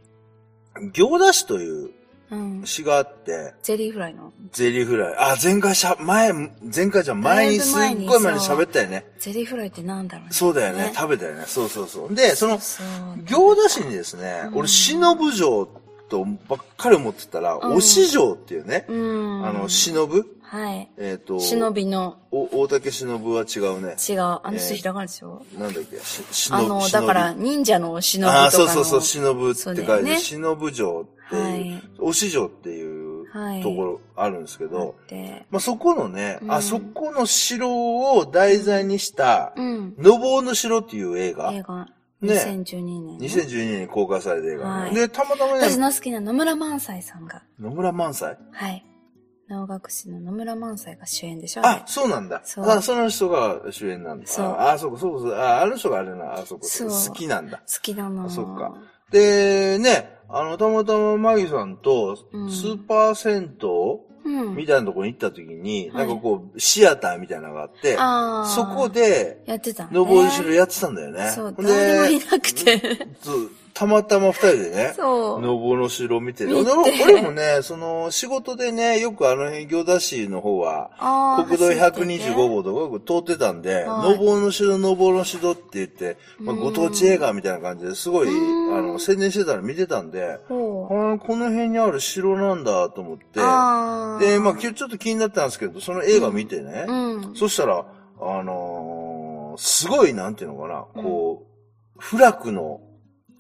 S2: 行田市という
S1: うん。
S2: 市があって、
S1: ゼリーフライの。
S2: ゼリーフライ。あ、前回しゃ、前、前回じゃん前に
S1: だい
S2: す
S1: ぶ
S2: っ
S1: 前に
S2: ごい前に
S1: そう
S2: 喋ったよね。
S1: ゼリーフライってなんだろうね。
S2: そうだよね。食べたよね。そうそうそう。で、その、
S1: そう
S2: 行田市にですね、
S1: うん
S2: 俺、忍城とばっかり思ってたら、
S1: うん
S2: おし城っていうね、
S1: うん。
S2: あの、忍、
S1: はい。
S2: えっ、と、
S1: 忍びの
S2: お大竹忍は違うね。
S1: 違う。あの人
S2: えー
S1: ひらがなでしょ
S2: なんだっけ、し忍
S1: あの、だから、忍者の忍びとかの。
S2: ああー、そうそうそう、忍って書いて、
S1: そうだよね
S2: 忍城っていう、
S1: はい。
S2: おし城っていう
S1: はい。
S2: ところあるんですけど、
S1: で、
S2: まあ、そこのね、
S1: うん
S2: あそこの城を題材にした、
S1: うん。
S2: のぼうの城っていう映画。
S1: 映画。
S2: ね。
S1: 2012年ね。
S2: 2012年に公開された映画、
S1: はい
S2: で、たまたま
S1: 私
S2: ね、
S1: の好きな野村萬斎さんが、
S2: 野村萬斎
S1: はい。能楽師の野村萬斎が主演でしょ
S2: あ
S1: あ、
S2: そうなんだ。
S1: そう
S2: あ、その人が主演なんだ。
S1: そう
S2: あ、あそうか、そうかそうか。あ、あの人があれな、あ、そうか、
S1: そう
S2: 好きなんだ
S1: れ。好きなの。
S2: あそっか。で、ね、あの、たまたまマギさんと、ス
S1: うん
S2: ーパー銭
S1: う
S2: 湯み
S1: ん。
S2: たいなとこに行った時に、
S1: はい
S2: なんかこう、シアターみたいなのがあって、
S1: ああ。
S2: そこ、で、
S1: やってたね。
S2: のぼうしろやってたんだよね。
S1: そう、
S2: ほんで
S1: 誰もいなくて。
S2: そうたまたま二人でね、
S1: そう。
S2: のぼの城見てる。
S1: 見て
S2: 俺俺もね、その、仕事でね、よくあの辺、行田市の方は、
S1: ああ。
S2: 国道
S1: 走ってて
S2: 125。号とかよく通ってたんで、
S1: はい
S2: のぼの城、のぼの城って言って、まあ、
S1: うん
S2: ご当地映画みたいな感じですごい、
S1: うん
S2: あの、宣伝してたの見てたんで、あ
S1: ほ
S2: ーこの辺にある城なんだと思って
S1: う。、ああ。
S2: で、まあ、きちょっと気になったんですけど、その映画見てね、
S1: うん。
S2: そしたら、あのーすごい、なんていうのかな、こう、不楽の、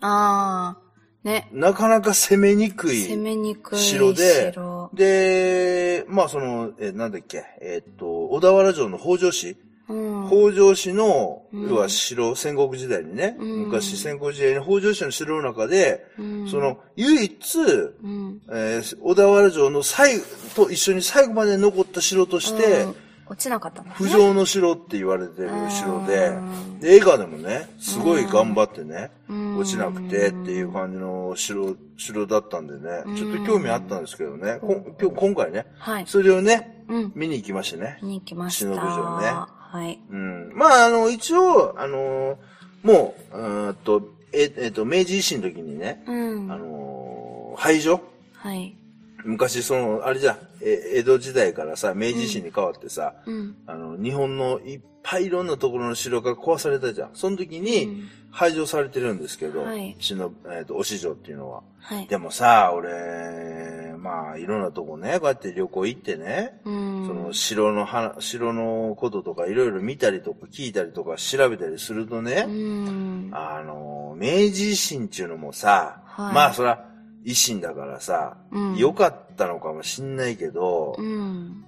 S1: ああ。ね。
S2: なかなか攻めにくい、
S1: 攻めにくい
S2: 城で
S1: 城
S2: で、まあその、え、なんだっけ、えっと、小田原城の北条氏、
S1: うん。
S2: 北条氏の、
S1: うん
S2: 要は城、戦国時代にね、
S1: うん
S2: 昔戦国時代に北条氏の城の中で、
S1: うん
S2: そ、の、唯一、
S1: うん。
S2: えー小田原城の最後と一緒に最後まで残った城として、
S1: うん、落ちなかったの、ね。
S2: 不条の城って言われてる城で、
S1: うん
S2: で映画でもね、すごい頑張ってね、
S1: うん
S2: 落ちなくてっていう感じの城、城だったんでね、ちょっと興味あったんですけどね、こん今日今回ね、
S1: はい。
S2: それをね、
S1: うん。
S2: 見に行きましてね。
S1: 見に行きました。
S2: 忍び城ね
S1: はい。
S2: うん。まあ、あの、一応、あのーもう、うーんと、え、えっと、明治維新の時にね、
S1: うん。
S2: あのー廃城
S1: はい。
S2: 昔、その、あれじゃん、え、江戸時代からさ、明治維新に変わってさ、
S1: うん。
S2: あの、日本のいっぱいいろんなところの城が壊されたじゃん。その時に
S1: うん
S2: 廃城されてるんですけど、
S1: はい
S2: 忍えっ、と、押城っていうのは。
S1: はい。
S2: でもさ、俺、まあ、いろんなとこね、こうやって旅行行ってね、
S1: うん。
S2: その城の花、城のこととかいろいろ見たりとか聞いたりとか調べたりすると
S1: う
S2: ね、
S1: ん。
S2: あの、明治維新っていうのもさ、
S1: はい
S2: まあそら、維新だからさ、
S1: うん
S2: 良かったのかもしんないけど
S1: う、ん。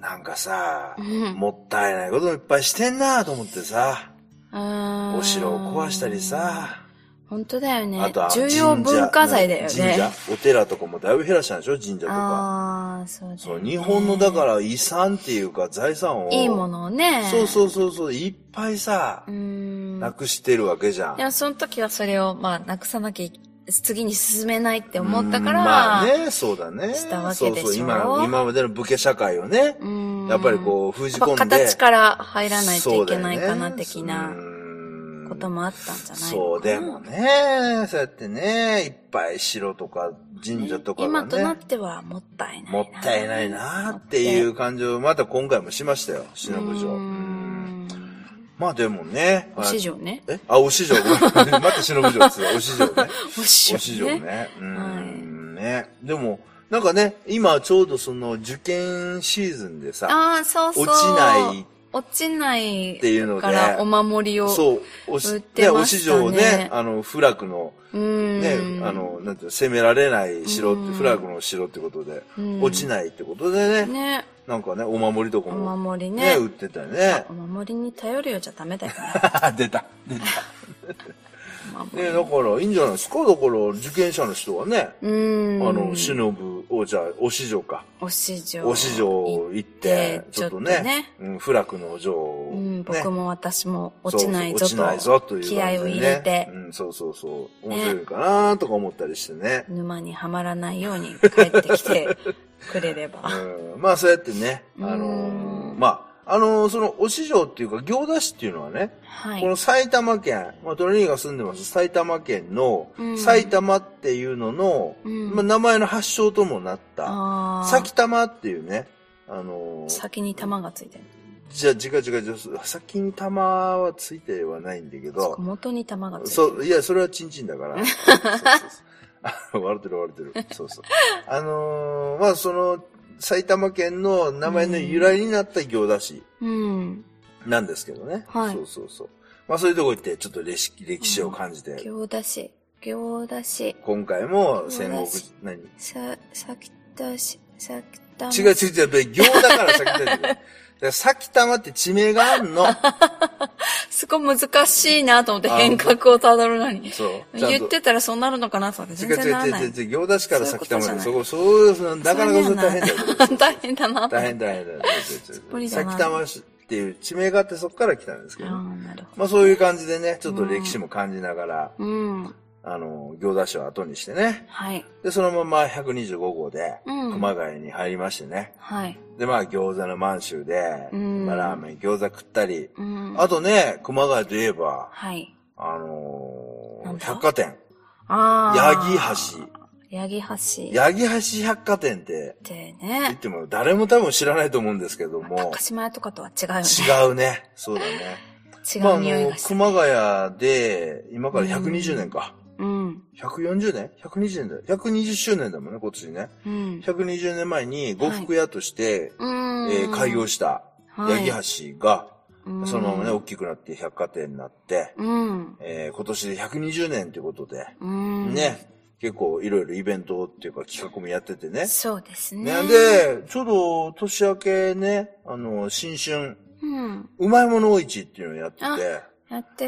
S2: なんかさ
S1: う、ん。
S2: もったいないこともいっぱいしてんなと思ってさ、
S1: お
S2: お城を壊したり。さ、
S1: 本当だよね。
S2: あとは
S1: 重要文化財だよね。
S2: 神社、お寺とかもだいぶ減らしたんでしょ神社とか。
S1: ああ、そうだよね
S2: そう、日本のだから遺産っていうか財産を。
S1: いいものをね。
S2: そうそうそうそう、いっぱいさ、
S1: うーん。
S2: なくしてるわけじゃん。
S1: でもその時はそれを、まあ、なくさなきゃい、次に進めないって思ったから、
S2: うんまあね、そうだね。
S1: したわけでしょ
S2: そうそう、今、今までの武家社会をね、
S1: うん
S2: やっぱりこう、封じ
S1: や
S2: 込
S1: っぱ
S2: んで。
S1: 形から入らないといけないかな、
S2: そ
S1: 的
S2: うだよ
S1: な
S2: ねうん
S1: こともあったんじゃないの
S2: そう、
S1: かな
S2: でもね、そうやってね、いっぱい城とか神社とかが
S1: 今となっ
S2: ね、
S1: てはもったいないな。
S2: もったいないなっていう感情をまた今回もしましたよ、忍
S1: 忍
S2: ぶ
S1: ぶ
S2: 城。
S1: 城。
S2: うんまあでもね、
S1: お市場ね。
S2: えあ、お市場。ごめん また忍ぶ城ですよ、お市場ね。
S1: お市
S2: お市場
S1: ね。
S2: ね。うーん、ね。でも、なんかね、今ちょうどその受験シーズンでさ、
S1: ああ、そうそう。
S2: 落ちない
S1: 落ちない
S2: ていうので
S1: からお守りを。
S2: そう、お
S1: 売っ
S2: し、
S1: て
S2: ね、
S1: ま
S2: お
S1: し
S2: 市
S1: たね
S2: 場をね、あの、フラクの、
S1: うーん。
S2: ね、あ、の、なんていうの、攻められない城って、
S1: うん
S2: フラクの城ってことで、
S1: うん、
S2: 落ちないってことでね、
S1: ね。
S2: なんかね、お守りとか
S1: お
S2: も
S1: 守り
S2: ね、
S1: ね。
S2: 売ってたよね
S1: お。守りに頼るようじゃダメだよね。
S2: 出た、出た。
S1: お守り
S2: ね、だから、いいんじゃないですかだから、受験者の人はね、
S1: うーん。
S2: あの、忍ぶを、じゃあ、お市場か。
S1: お市場。
S2: お市場行っ
S1: で
S2: て、、ち
S1: ちょ
S2: ょ
S1: っ
S2: っ
S1: と
S2: とね、
S1: ね。
S2: うん、不落の女を
S1: う
S2: ね
S1: ん、、僕も私も落ちないぞと。
S2: そうそう落ちないぞという感じで
S1: 気合
S2: ね、
S1: を入れて、
S2: うん、そうそうそう。面白いかなとか思ったりしてね。
S1: 沼にはまらないように帰ってきてくれれ ば。
S2: うん、まあ、そうやってね、あ
S1: う
S2: の
S1: ん
S2: ーまあ、あのーその、お市場っていうか、行田市っていうのはね、
S1: はい
S2: こ。の埼玉県、まあ、トレニーが住んでます埼玉県の
S1: うん、
S2: 埼玉っていうのの、
S1: うん
S2: まあ、名前の発祥ともなった、
S1: あー
S2: 先玉っていうね、あのー
S1: 先に玉がついてる。
S2: じゃあ、違う違う違う、先に玉はついてはないんだけ
S1: そこ
S2: ど、
S1: 元に玉がついてる。
S2: そう、いや、それはチンチンだから。そうそうそうあ笑ってる笑って る。そうそう。あのーまあ、その、埼玉県の名前の由来になった行田市
S1: うん。
S2: なんですけどね。
S1: はい
S2: そうそうそう。まあ、そういうとこ行って、ちょっと歴史歴史を感じて、
S1: 行田市、行田市、
S2: 今回も戦国
S1: 行田市、
S2: 何違
S1: さ、先田市、先田
S2: う違う違う、行田から先だよ。だから先玉って地名があ んの。
S1: すごい難しいなと思って
S2: あ
S1: 変革をたどるのに。
S2: そう。ちゃんと
S1: 言ってたらそうなるのかなと思って全
S2: 違う
S1: 然
S2: 違
S1: なら
S2: う
S1: な
S2: 違う
S1: い。
S2: 違う、行田市から先玉まで、
S1: そ
S2: そう
S1: い
S2: こ、そうですね、なかなかそれ大変だよ。
S1: 大変だなと思っ
S2: 大
S1: て。
S2: 変大変大
S1: ぽ
S2: 変。
S1: りだな
S2: 先玉市っていう地名があってそこから来たんですけ
S1: あ
S2: どね、
S1: ーなるほ
S2: まあそういう感じでね、ちょっと歴史も感じながら、
S1: ど。うん。
S2: あの、行田市を後にしてね、
S1: はい。
S2: で、そのまま125号で、
S1: うん
S2: 熊谷に入りましてね、
S1: はい。
S2: で、まあ餃子の満州で、
S1: うん
S2: まあラーメン、餃子食ったり、
S1: うん。
S2: あとね、熊谷といえば、
S1: はい。
S2: あの
S1: なん
S2: ー、
S1: だ
S2: 百貨店、
S1: ああ。
S2: 八木橋。
S1: 橋。八木橋。
S2: 八木橋百貨店って
S1: って
S2: 言っ
S1: ね。
S2: ても誰も多分知らないと思うんですけども
S1: 高、島屋とかとは違うよね。
S2: 違うね。そうだね。
S1: 違
S2: まあ、
S1: う
S2: あ
S1: 匂い
S2: の
S1: が、して。
S2: 熊谷で、今から120年か。
S1: うん。
S2: 140年 ?120 年だよ。120周年だもんね、今年ね。
S1: うん。
S2: 120年前に呉服屋として、
S1: うん。
S2: えー開業した八
S1: はい
S2: 木橋が、
S1: うん
S2: そのままね、大きくなって百貨店になって、
S1: うん。
S2: えー今年で120年ということで、
S1: うん。。
S2: ね、結構いろいろイベントっていうか企画もやっててね。
S1: そうですね。
S2: ね、、で、ちょうど年明けね、あの、新春、
S1: うん。
S2: うまいもの市っていうのをやって
S1: あ
S2: て、
S1: やって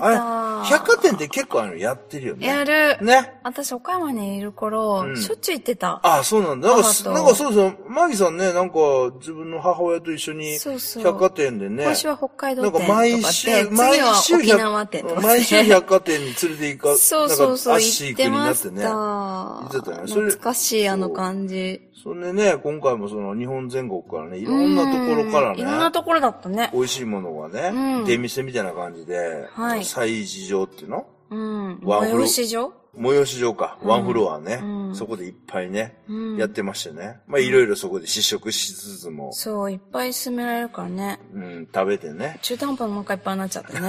S1: た。
S2: あ百貨店って結構あの、やってるよ
S1: や
S2: ね。
S1: る。
S2: ね。
S1: 私、岡山にいる頃、
S2: うん
S1: しょっちゅう行ってた。
S2: あそうなんだ。なんか、
S1: 母と
S2: なんかそうそう、マギさんね、なんか自分の母親と一緒に
S1: そうそう。
S2: 百貨店でね、
S1: 今週は北海道店とか
S2: なんか
S1: で
S2: 毎週
S1: 次は沖縄店とか
S2: 毎週百貨店に連れて行 か、
S1: そうそう
S2: な
S1: そ
S2: ん
S1: う、
S2: かアッシ
S1: 行
S2: ー
S1: って
S2: 君にな
S1: ま
S2: って
S1: し
S2: ね
S1: た。。
S2: 行ってたよねそれ
S1: 懐かしい、あの感じ。
S2: そんでね、今回もその日本全国からね、いろんなところから
S1: うんいろんな
S2: ね、
S1: ところだったね。
S2: 美味しいものが
S1: うん
S2: ね、出店みたいな感じで、
S1: はい
S2: 催事場っていうの
S1: うん。
S2: ワンフロー
S1: 催し場
S2: 催し場か、
S1: うん
S2: ワンフロアね、
S1: うん
S2: そこでいっぱいね、
S1: うん。
S2: やってましてね。まあ、いろいろそこで試食しつつも、
S1: そう、いっぱい勧められるからね。
S2: うん、食べてね。。
S1: 中途半端なお腹いっぱいになっちゃってね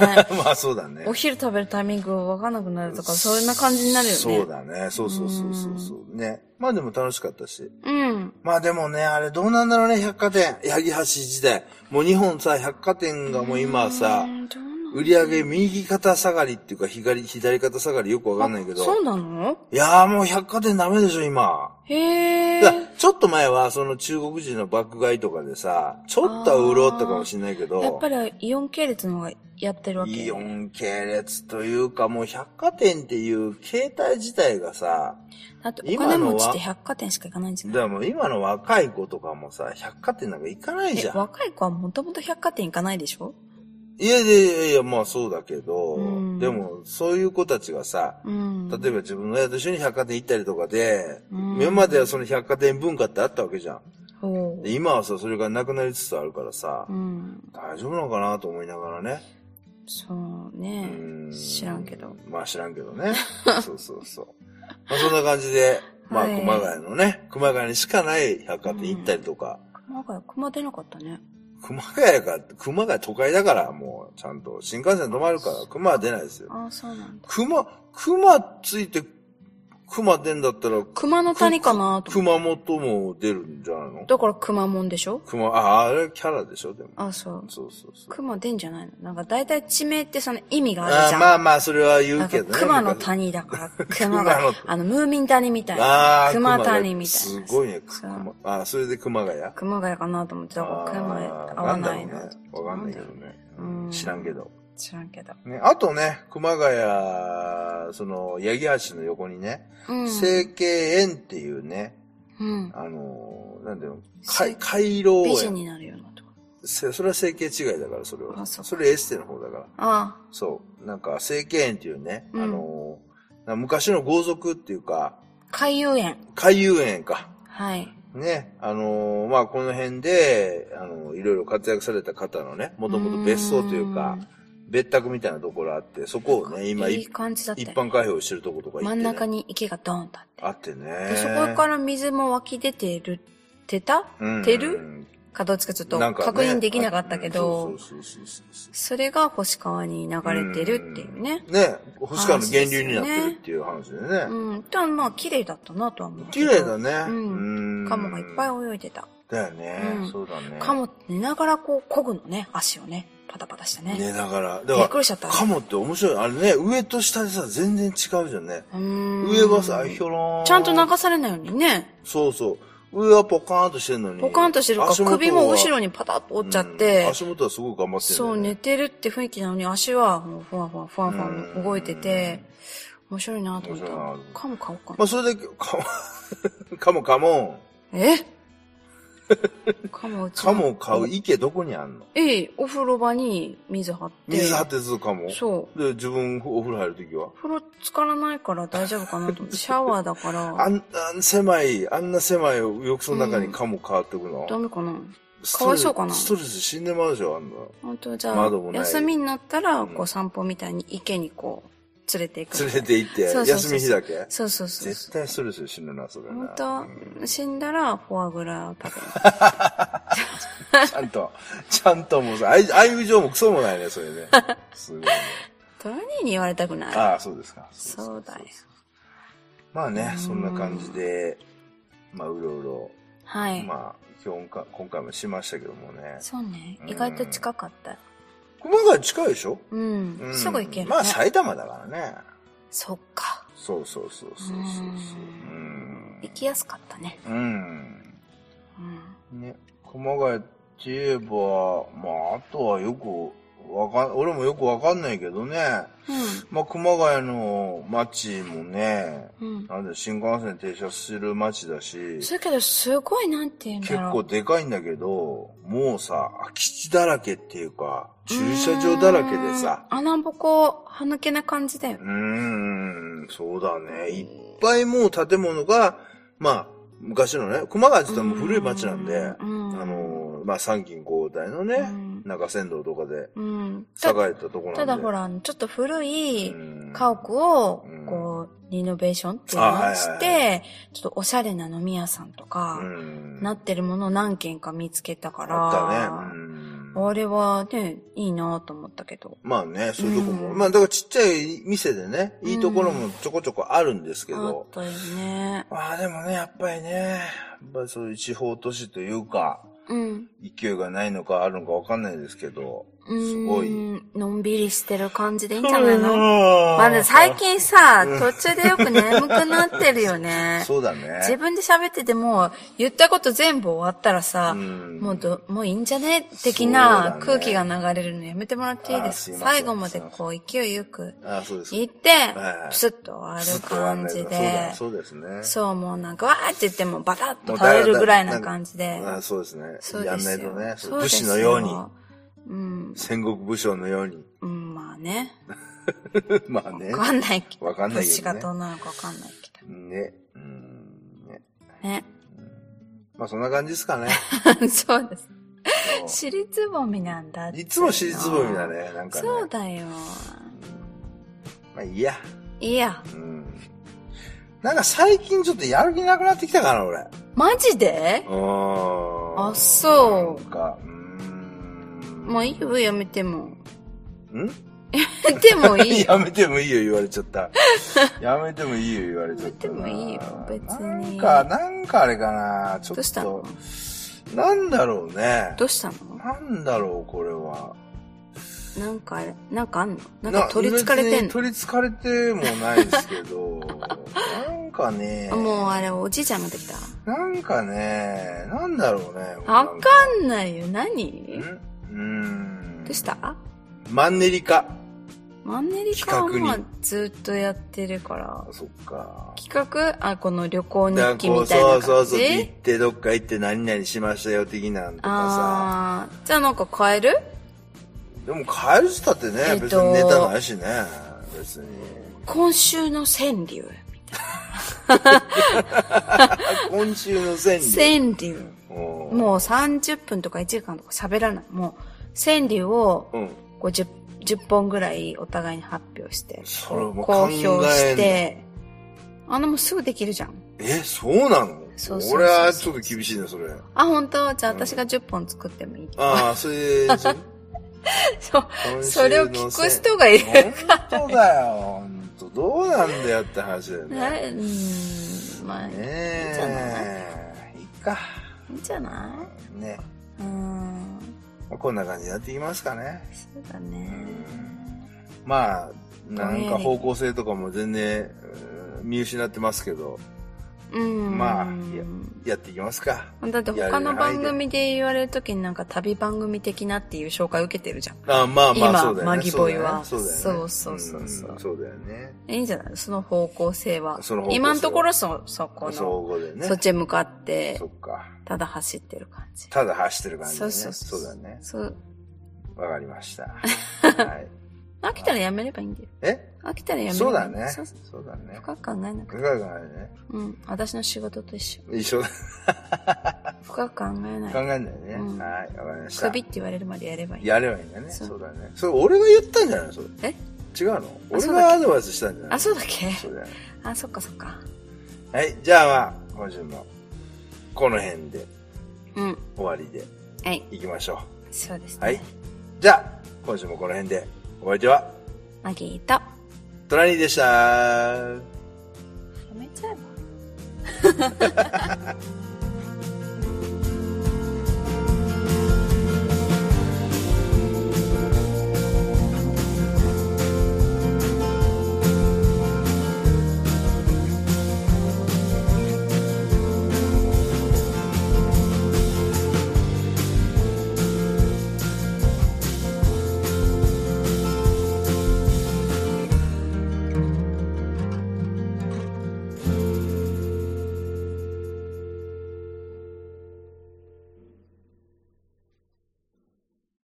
S2: まあ、そうだね
S1: お。昼食べるタイミングわかんなくなるとか、そんな感じになるよね。
S2: そう。だね。そうそうそうそうそう。ね。まあでも楽しかったし。
S1: うん。
S2: まあでもね、あれどうなんだろうね、百貨店。八木橋時代。もう日本さ、百貨店がもう今さ、
S1: うんどうなん
S2: 売り上げ右肩下がりっていうか、左、左肩下がりよくわかんないけ
S1: そ
S2: ど。
S1: うなの
S2: いやーもう百貨店ダメでしょ、今。
S1: へ
S2: だから
S1: え。
S2: ちょっと前は、その中国人の爆買いとかでさ、ちょっとは潤ったかもしれないけど、
S1: やっぱりイオン系列の方がやってるわけ。
S2: イオン系列というか、もう百貨店っていう形態自体がさ、
S1: だってお
S2: 今
S1: 金
S2: のは
S1: 持ちって百貨店しか行かないんじゃ
S2: だ
S1: な
S2: か
S1: い
S2: らもう今の若い子とかもさ、百貨店なんか行かない
S1: え
S2: じゃん。
S1: 若い子はもともと百貨店行かないでしょ
S2: いやいやいやいや、まあそうだけど、
S1: うん
S2: でもそういう子たちがさ、
S1: うん。
S2: 例えば自分の親と一緒に百貨店行ったりとかで、
S1: うん
S2: 今まではその百貨店文化ってあったわけじゃん。
S1: ほ
S2: で今はさ、それがなくなりつつあるからさ、
S1: う。うん。
S2: 大丈夫なのかなと思いながらね。
S1: そう
S2: う
S1: ね。
S2: ん
S1: 知らんけど。
S2: まあ知らんけど ね。そうそうそう。まあそんな感じで、まあ
S1: はい
S2: 熊谷のね、熊谷にしかない百貨店行ったりとか、
S1: 熊谷、熊出なかったね。
S2: 熊谷か、熊谷都会だからもうちゃんと新幹線止まるから熊は出ないですよ。
S1: ああ、そうなんだ。
S2: 熊、熊ついて、熊出んだったら、
S1: 熊の谷かなと思っ
S2: 熊本も出るんじゃないの
S1: て。だから熊もんでしょ
S2: 熊、あ、あれキャラでしょ、でも。
S1: あ、そう。
S2: そうそうそう。
S1: 熊出んじゃないのなんか大体地名ってその意味がある
S2: あ
S1: じゃん。
S2: まあまあ、それは言
S1: な
S2: うん
S1: か
S2: けどね。
S1: 熊の
S2: 昔
S1: 谷だ から、熊が
S2: 熊の、
S1: あの、ムーミン谷みたい
S2: あ
S1: な
S2: あ、。
S1: 熊谷みたい
S2: す
S1: な。
S2: ごいね、
S1: そう
S2: 熊。あそれで熊谷
S1: 熊谷かなと思って、だから熊谷
S2: あー
S1: 合わないな。
S2: んだろうねわかんないけどね。
S1: うん
S2: 知らんけど。
S1: 知らんけど。
S2: ね、あとね、熊谷、その、八木橋の横にね、
S1: うん。
S2: 成形園っていうね、
S1: うん。
S2: あのー、なんていうの、回、回廊
S1: 美人
S2: 園。
S1: になるようなとこ。
S2: せそれは成形違いだから、それは。
S1: あそうか
S2: それエステの方だから。
S1: あ
S2: そう。なんか、成形園っていうね、
S1: うん
S2: あのー、な昔の豪族っていう
S1: あ、
S2: か、
S1: 海遊園。
S2: 海遊園か。
S1: はい。
S2: ね、あのーまあ、この辺で、あのーいろいろ活躍された方のね、もともと別荘というか
S1: うーん、
S2: 別宅みたいなところあって、そこをね、今、
S1: いい
S2: 一
S1: 感じだったよ
S2: 一般開放してるとことか行って、ね、
S1: 真ん中に池がドーンとあって。
S2: あってね
S1: で。そこから水も湧き出てる、てた
S2: うん
S1: てるかどっちかちょっと
S2: なんかね
S1: 確認できなかったけ
S2: あう
S1: ど
S2: ん、そうそうそうそう
S1: それが星川に流
S2: そう
S1: れてるっていうね。
S2: んね、星川の源流になってるっていう話でね。
S1: うん。でもまあ綺麗だったなとは思うけ
S2: 綺
S1: ど。
S2: 麗だね。
S1: うん。カモがいっぱ
S2: い。
S1: い泳いでた。
S2: だよね、
S1: うん
S2: そうだね。
S1: カモって寝ながらこう漕ぐのね、足をね、パタパタしてね。
S2: ね、だから、
S1: びっく
S2: だから、
S1: りしちゃった。
S2: カモって面白い。あれね、上と下でさ、全然違うじゃんね。
S1: うーん
S2: 上はさ、ひょろーん。
S1: ちゃんと流されないようにね、
S2: そうそう。上はポカーンとしてるのに。
S1: ポカンとしてるから
S2: 足元は
S1: 首も後ろにパタッと折っちゃっ
S2: うん
S1: て、
S2: 足元はすごく頑張ってる、
S1: そう、寝。てるって雰囲気なのに足はもうふわふわふわふわ動いてて、面白いなと思っ
S2: 面白い
S1: た。
S2: な
S1: カモ買おうか
S2: ま
S1: な。
S2: あ、それで、カ モ、カモ、カモン。
S1: えカモうちの
S2: カモを買う池どこにあんの
S1: ええ、お風呂場に水張って。
S2: 水張ってずっとカモ。
S1: そう。
S2: で、自分お風呂入るときは
S1: お風呂浸からないから大丈夫かなと思って、シャワーだか
S2: あ
S1: ら、
S2: んあん狭い、あんな狭い浴槽の中にカモ変わってくの、
S1: ダメかな
S2: ストレス
S1: かわいそうかな
S2: ストレス死んでまうでしょ、あんな。
S1: 本当じゃあ
S2: 窓も、ない
S1: 休みになったら、
S2: うん
S1: こう散歩みたいに池にこう、連れて行く。
S2: 連れて行っ
S1: そ
S2: て、
S1: うそうそう
S2: 休み日だけ。
S1: そうそうそう
S2: 絶
S1: そう。
S2: 対ストレスで死ぬな、それな。
S1: 本当死んだらフォアグラ食べる。
S2: ちゃんと、ちゃんともうさ、愛愛情もクソもないね、それね。すごいね。
S1: トラニーに言われたくない
S2: ああ、そうですか。
S1: そうだよ。
S2: まあね
S1: う、ん
S2: そんな感じで、まあ、うろうろ、
S1: はい。
S2: まあ、今日か、今回もしましたけどもね。
S1: そうね
S2: う。ん
S1: 意外と近かった。
S2: 熊谷近いでしょ
S1: うん。
S2: うん
S1: すぐ行ける、ね。
S2: まあ、埼玉だからね。
S1: そっか。
S2: そうそうそうそうそうそう。う
S1: うん行。きやすかったね。
S2: うん。
S1: うん。
S2: ね、熊谷って言えば、まあ、あとはよくわかん、俺もよくわかんないけどね。まあ、熊谷の街もね、
S1: うん。うん。
S2: なんで新幹線停車する街だし、
S1: それけど、すごい、なんて言うん
S2: 結
S1: だろ
S2: 構
S1: う。
S2: でかいんだけど、もうさ、空き地だらけっていうか、駐車場だらけでさ、
S1: うーん。穴ぼこ、歯抜けな感じだよ
S2: う。ーん、そうだね。いっぱいもう建物が、まあ、昔のね、熊谷って言ったらもう古い街なんで、あ
S1: うん。
S2: のー、まあ、三金交代の
S1: う
S2: ね、
S1: ん、
S2: 中山道とかで
S1: うん。た
S2: 栄えたとこなんで。
S1: ただほら、あのちょっと古
S2: う
S1: い
S2: ん、
S1: 家屋を
S2: うん、
S1: こう、リノベーションっていう
S2: あはいはい
S1: の
S2: は
S1: を
S2: い
S1: して、ちょっとおしゃれな飲み屋さんと
S2: う
S1: か、
S2: ん、
S1: なってるものを何軒か見つけたから、
S2: あったね。うん
S1: あれはね、いいなと思ったけど。
S2: まあね、そういうとこも。
S1: うん
S2: まあ、だからちっちゃい店でね、いいところもちょこちょこあるんですけ
S1: あ
S2: ど
S1: っ。たよね。
S2: まあでもね、やっぱりね、やっぱりそういう地方都市というか、
S1: うん。
S2: 勢いがないのかあるのかわかんないですけど、
S1: うーん
S2: すごい。
S1: のんびりしてる感じでいいんじゃないのま
S2: ま
S1: あね、最近さ、途中でよく眠くなってるよね。
S2: そうだね。
S1: 自分で喋ってても、言ったこと全部終わったらさ、
S2: うん
S1: もうど、もういいんじゃね的
S2: そうだ
S1: な
S2: ね
S1: 空気が流れるのやめてもらっていいですか
S2: あすいません
S1: 最後までこう勢いよく
S2: ああ、そうです。
S1: 行って
S2: は、い
S1: プスッと終わる感じ
S2: そうだ
S1: で、
S2: そうですね。
S1: そう、もうなんかわーって言ってもバタッと倒れるぐらいな感じで、
S2: ああそうですね。
S1: そう
S2: や
S1: で
S2: んな
S1: す
S2: いと
S1: よ
S2: ね。。
S1: そう
S2: 武
S1: です
S2: 士のように。
S1: うん、
S2: 戦国武将のように。
S1: うん、まあね。
S2: まあね
S1: わ。かんないけど。
S2: わかんないけどね
S1: 武士がどうなのかわかんないけ
S2: ね。うん。ね。
S1: ど。ね。
S2: まあそんな感じで すかね。
S1: そうです。
S2: そ
S1: 尻つぼみなんだっ
S2: う
S1: て
S2: いつも尻つぼみだ。ね、なんかね。
S1: そうだよ。
S2: まあいいや。
S1: いいや。
S2: うん。なんか最近ちょっとやる気なくなってきたかな、俺。
S1: マジで
S2: うーん。
S1: あそう
S2: なんか、うーん。
S1: もういいよ、やめても。
S2: ん
S1: でもいい。
S2: やめて もいいよ言われちゃ った。やめてもいいよ言われちゃった
S1: やめ
S2: な。
S1: てもいいよ別に
S2: なんか、なんかあれかな。ちょ
S1: どう
S2: っ
S1: したの
S2: と。なんだろうね。
S1: どうしたの
S2: なんだろう、これは。
S1: なんかあれ、なんかあんのなんか取り憑かれて
S2: 別
S1: ん
S2: に取り憑かれてもないですけど。なんかね。
S1: のもうあれ、おじいちゃんまで来た。
S2: なんかね、なんだろうね。
S1: わか
S2: ん
S1: んないよ。何
S2: んうーん。
S1: どうした
S2: マンネリ化。
S1: マンネリ化は
S2: 企
S1: ま
S2: 画
S1: あ
S2: に
S1: ずっとやってるから
S2: あ。そっか。
S1: 企画あ、この旅行
S2: だ
S1: 日記
S2: からこう
S1: みたいな
S2: そ
S1: 感
S2: う
S1: じ
S2: そうそう。行ってどっか行って何々しましたよ的なんとか
S1: あーじゃあなんか変える
S2: さ。でも帰るしたってね、
S1: えっと
S2: 別にネタないしね。別に。
S1: 今週の川柳。
S2: 今週の千里。
S1: 川柳。
S2: も
S1: もう30分とか1時間とか喋らない。もう、川柳を
S2: う。うん。
S1: こう 10, 10本ぐらいお互いに発表して、
S2: それ
S1: こう
S2: も
S1: 公
S2: 考
S1: 表
S2: えんの
S1: して、あんなもんすぐできるじゃん。
S2: え、そうなの
S1: そうそうそうそう
S2: 俺はちょっと厳しいね、それ。
S1: あ、本当じゃあ私が10本作ってもいい。
S2: ああ、それ、そ
S1: そう。
S2: 今週の
S1: それを聞く人がいる
S2: 本当だよ。本当どうなんだよって話 だよ
S1: な
S2: ね。
S1: うーん、まあ、
S2: ね
S1: い
S2: え。いいか。
S1: いんじゃな
S2: ね。
S1: いうーん。
S2: まあこんな感じになっていきますかね。
S1: そうだね。
S2: まあ、なんか方向性とかも全然うん見失ってますけど、
S1: うん。
S2: まあいややっていきますか。
S1: だって他の番組で言われるときになんか旅番組的なっていう紹介受けてるじゃん。
S2: あまあま
S1: 今
S2: あ、そうだよね。
S1: マギボーイは
S2: そうだよね。
S1: そうそうそうそうん
S2: そうだよね。
S1: いいんじゃないその方向性は。
S2: その方向性は
S1: 今のところそ、そこの、
S2: 総合でね。
S1: そっちへ向かって
S2: そ、っか。
S1: ただ走ってる感じ。
S2: ただ走ってる感じだ
S1: そ
S2: ね。
S1: うそう
S2: そうだね。
S1: そう。
S2: わかり ました。はい。
S1: 飽きたらやめればいいんだよ。
S2: え
S1: 飽きたらやめればいい
S2: そうだね。
S1: そうそう
S2: そうだね。
S1: 深く考えなくて。
S2: 深くないね。
S1: うん。私の仕事と一緒。
S2: 一緒だ。
S1: 深く考えな
S2: 考
S1: い。
S2: えんだよね。
S1: うん
S2: はい。わかりました。
S1: 首って言われるまでやればいい。
S2: やればいいんだね。
S1: そう
S2: そうだね。それ俺が言ったんじゃないのそれ。
S1: え
S2: 違うの
S1: あ
S2: 俺
S1: そうだっ
S2: が
S1: け
S2: アドバイスしたんじゃない
S1: あ、そうだっけ
S2: そうだよね。
S1: あ、そっかそっか。
S2: はい、じゃあまあ、今週も、この辺で
S1: うん。
S2: 終わりで
S1: はい。
S2: いきましょ
S1: そうです
S2: う。はい
S1: ね。。
S2: じゃあ、今週もこの辺で、お相手は、
S1: マギーと。は
S2: トラニーでした。
S1: めちゃえば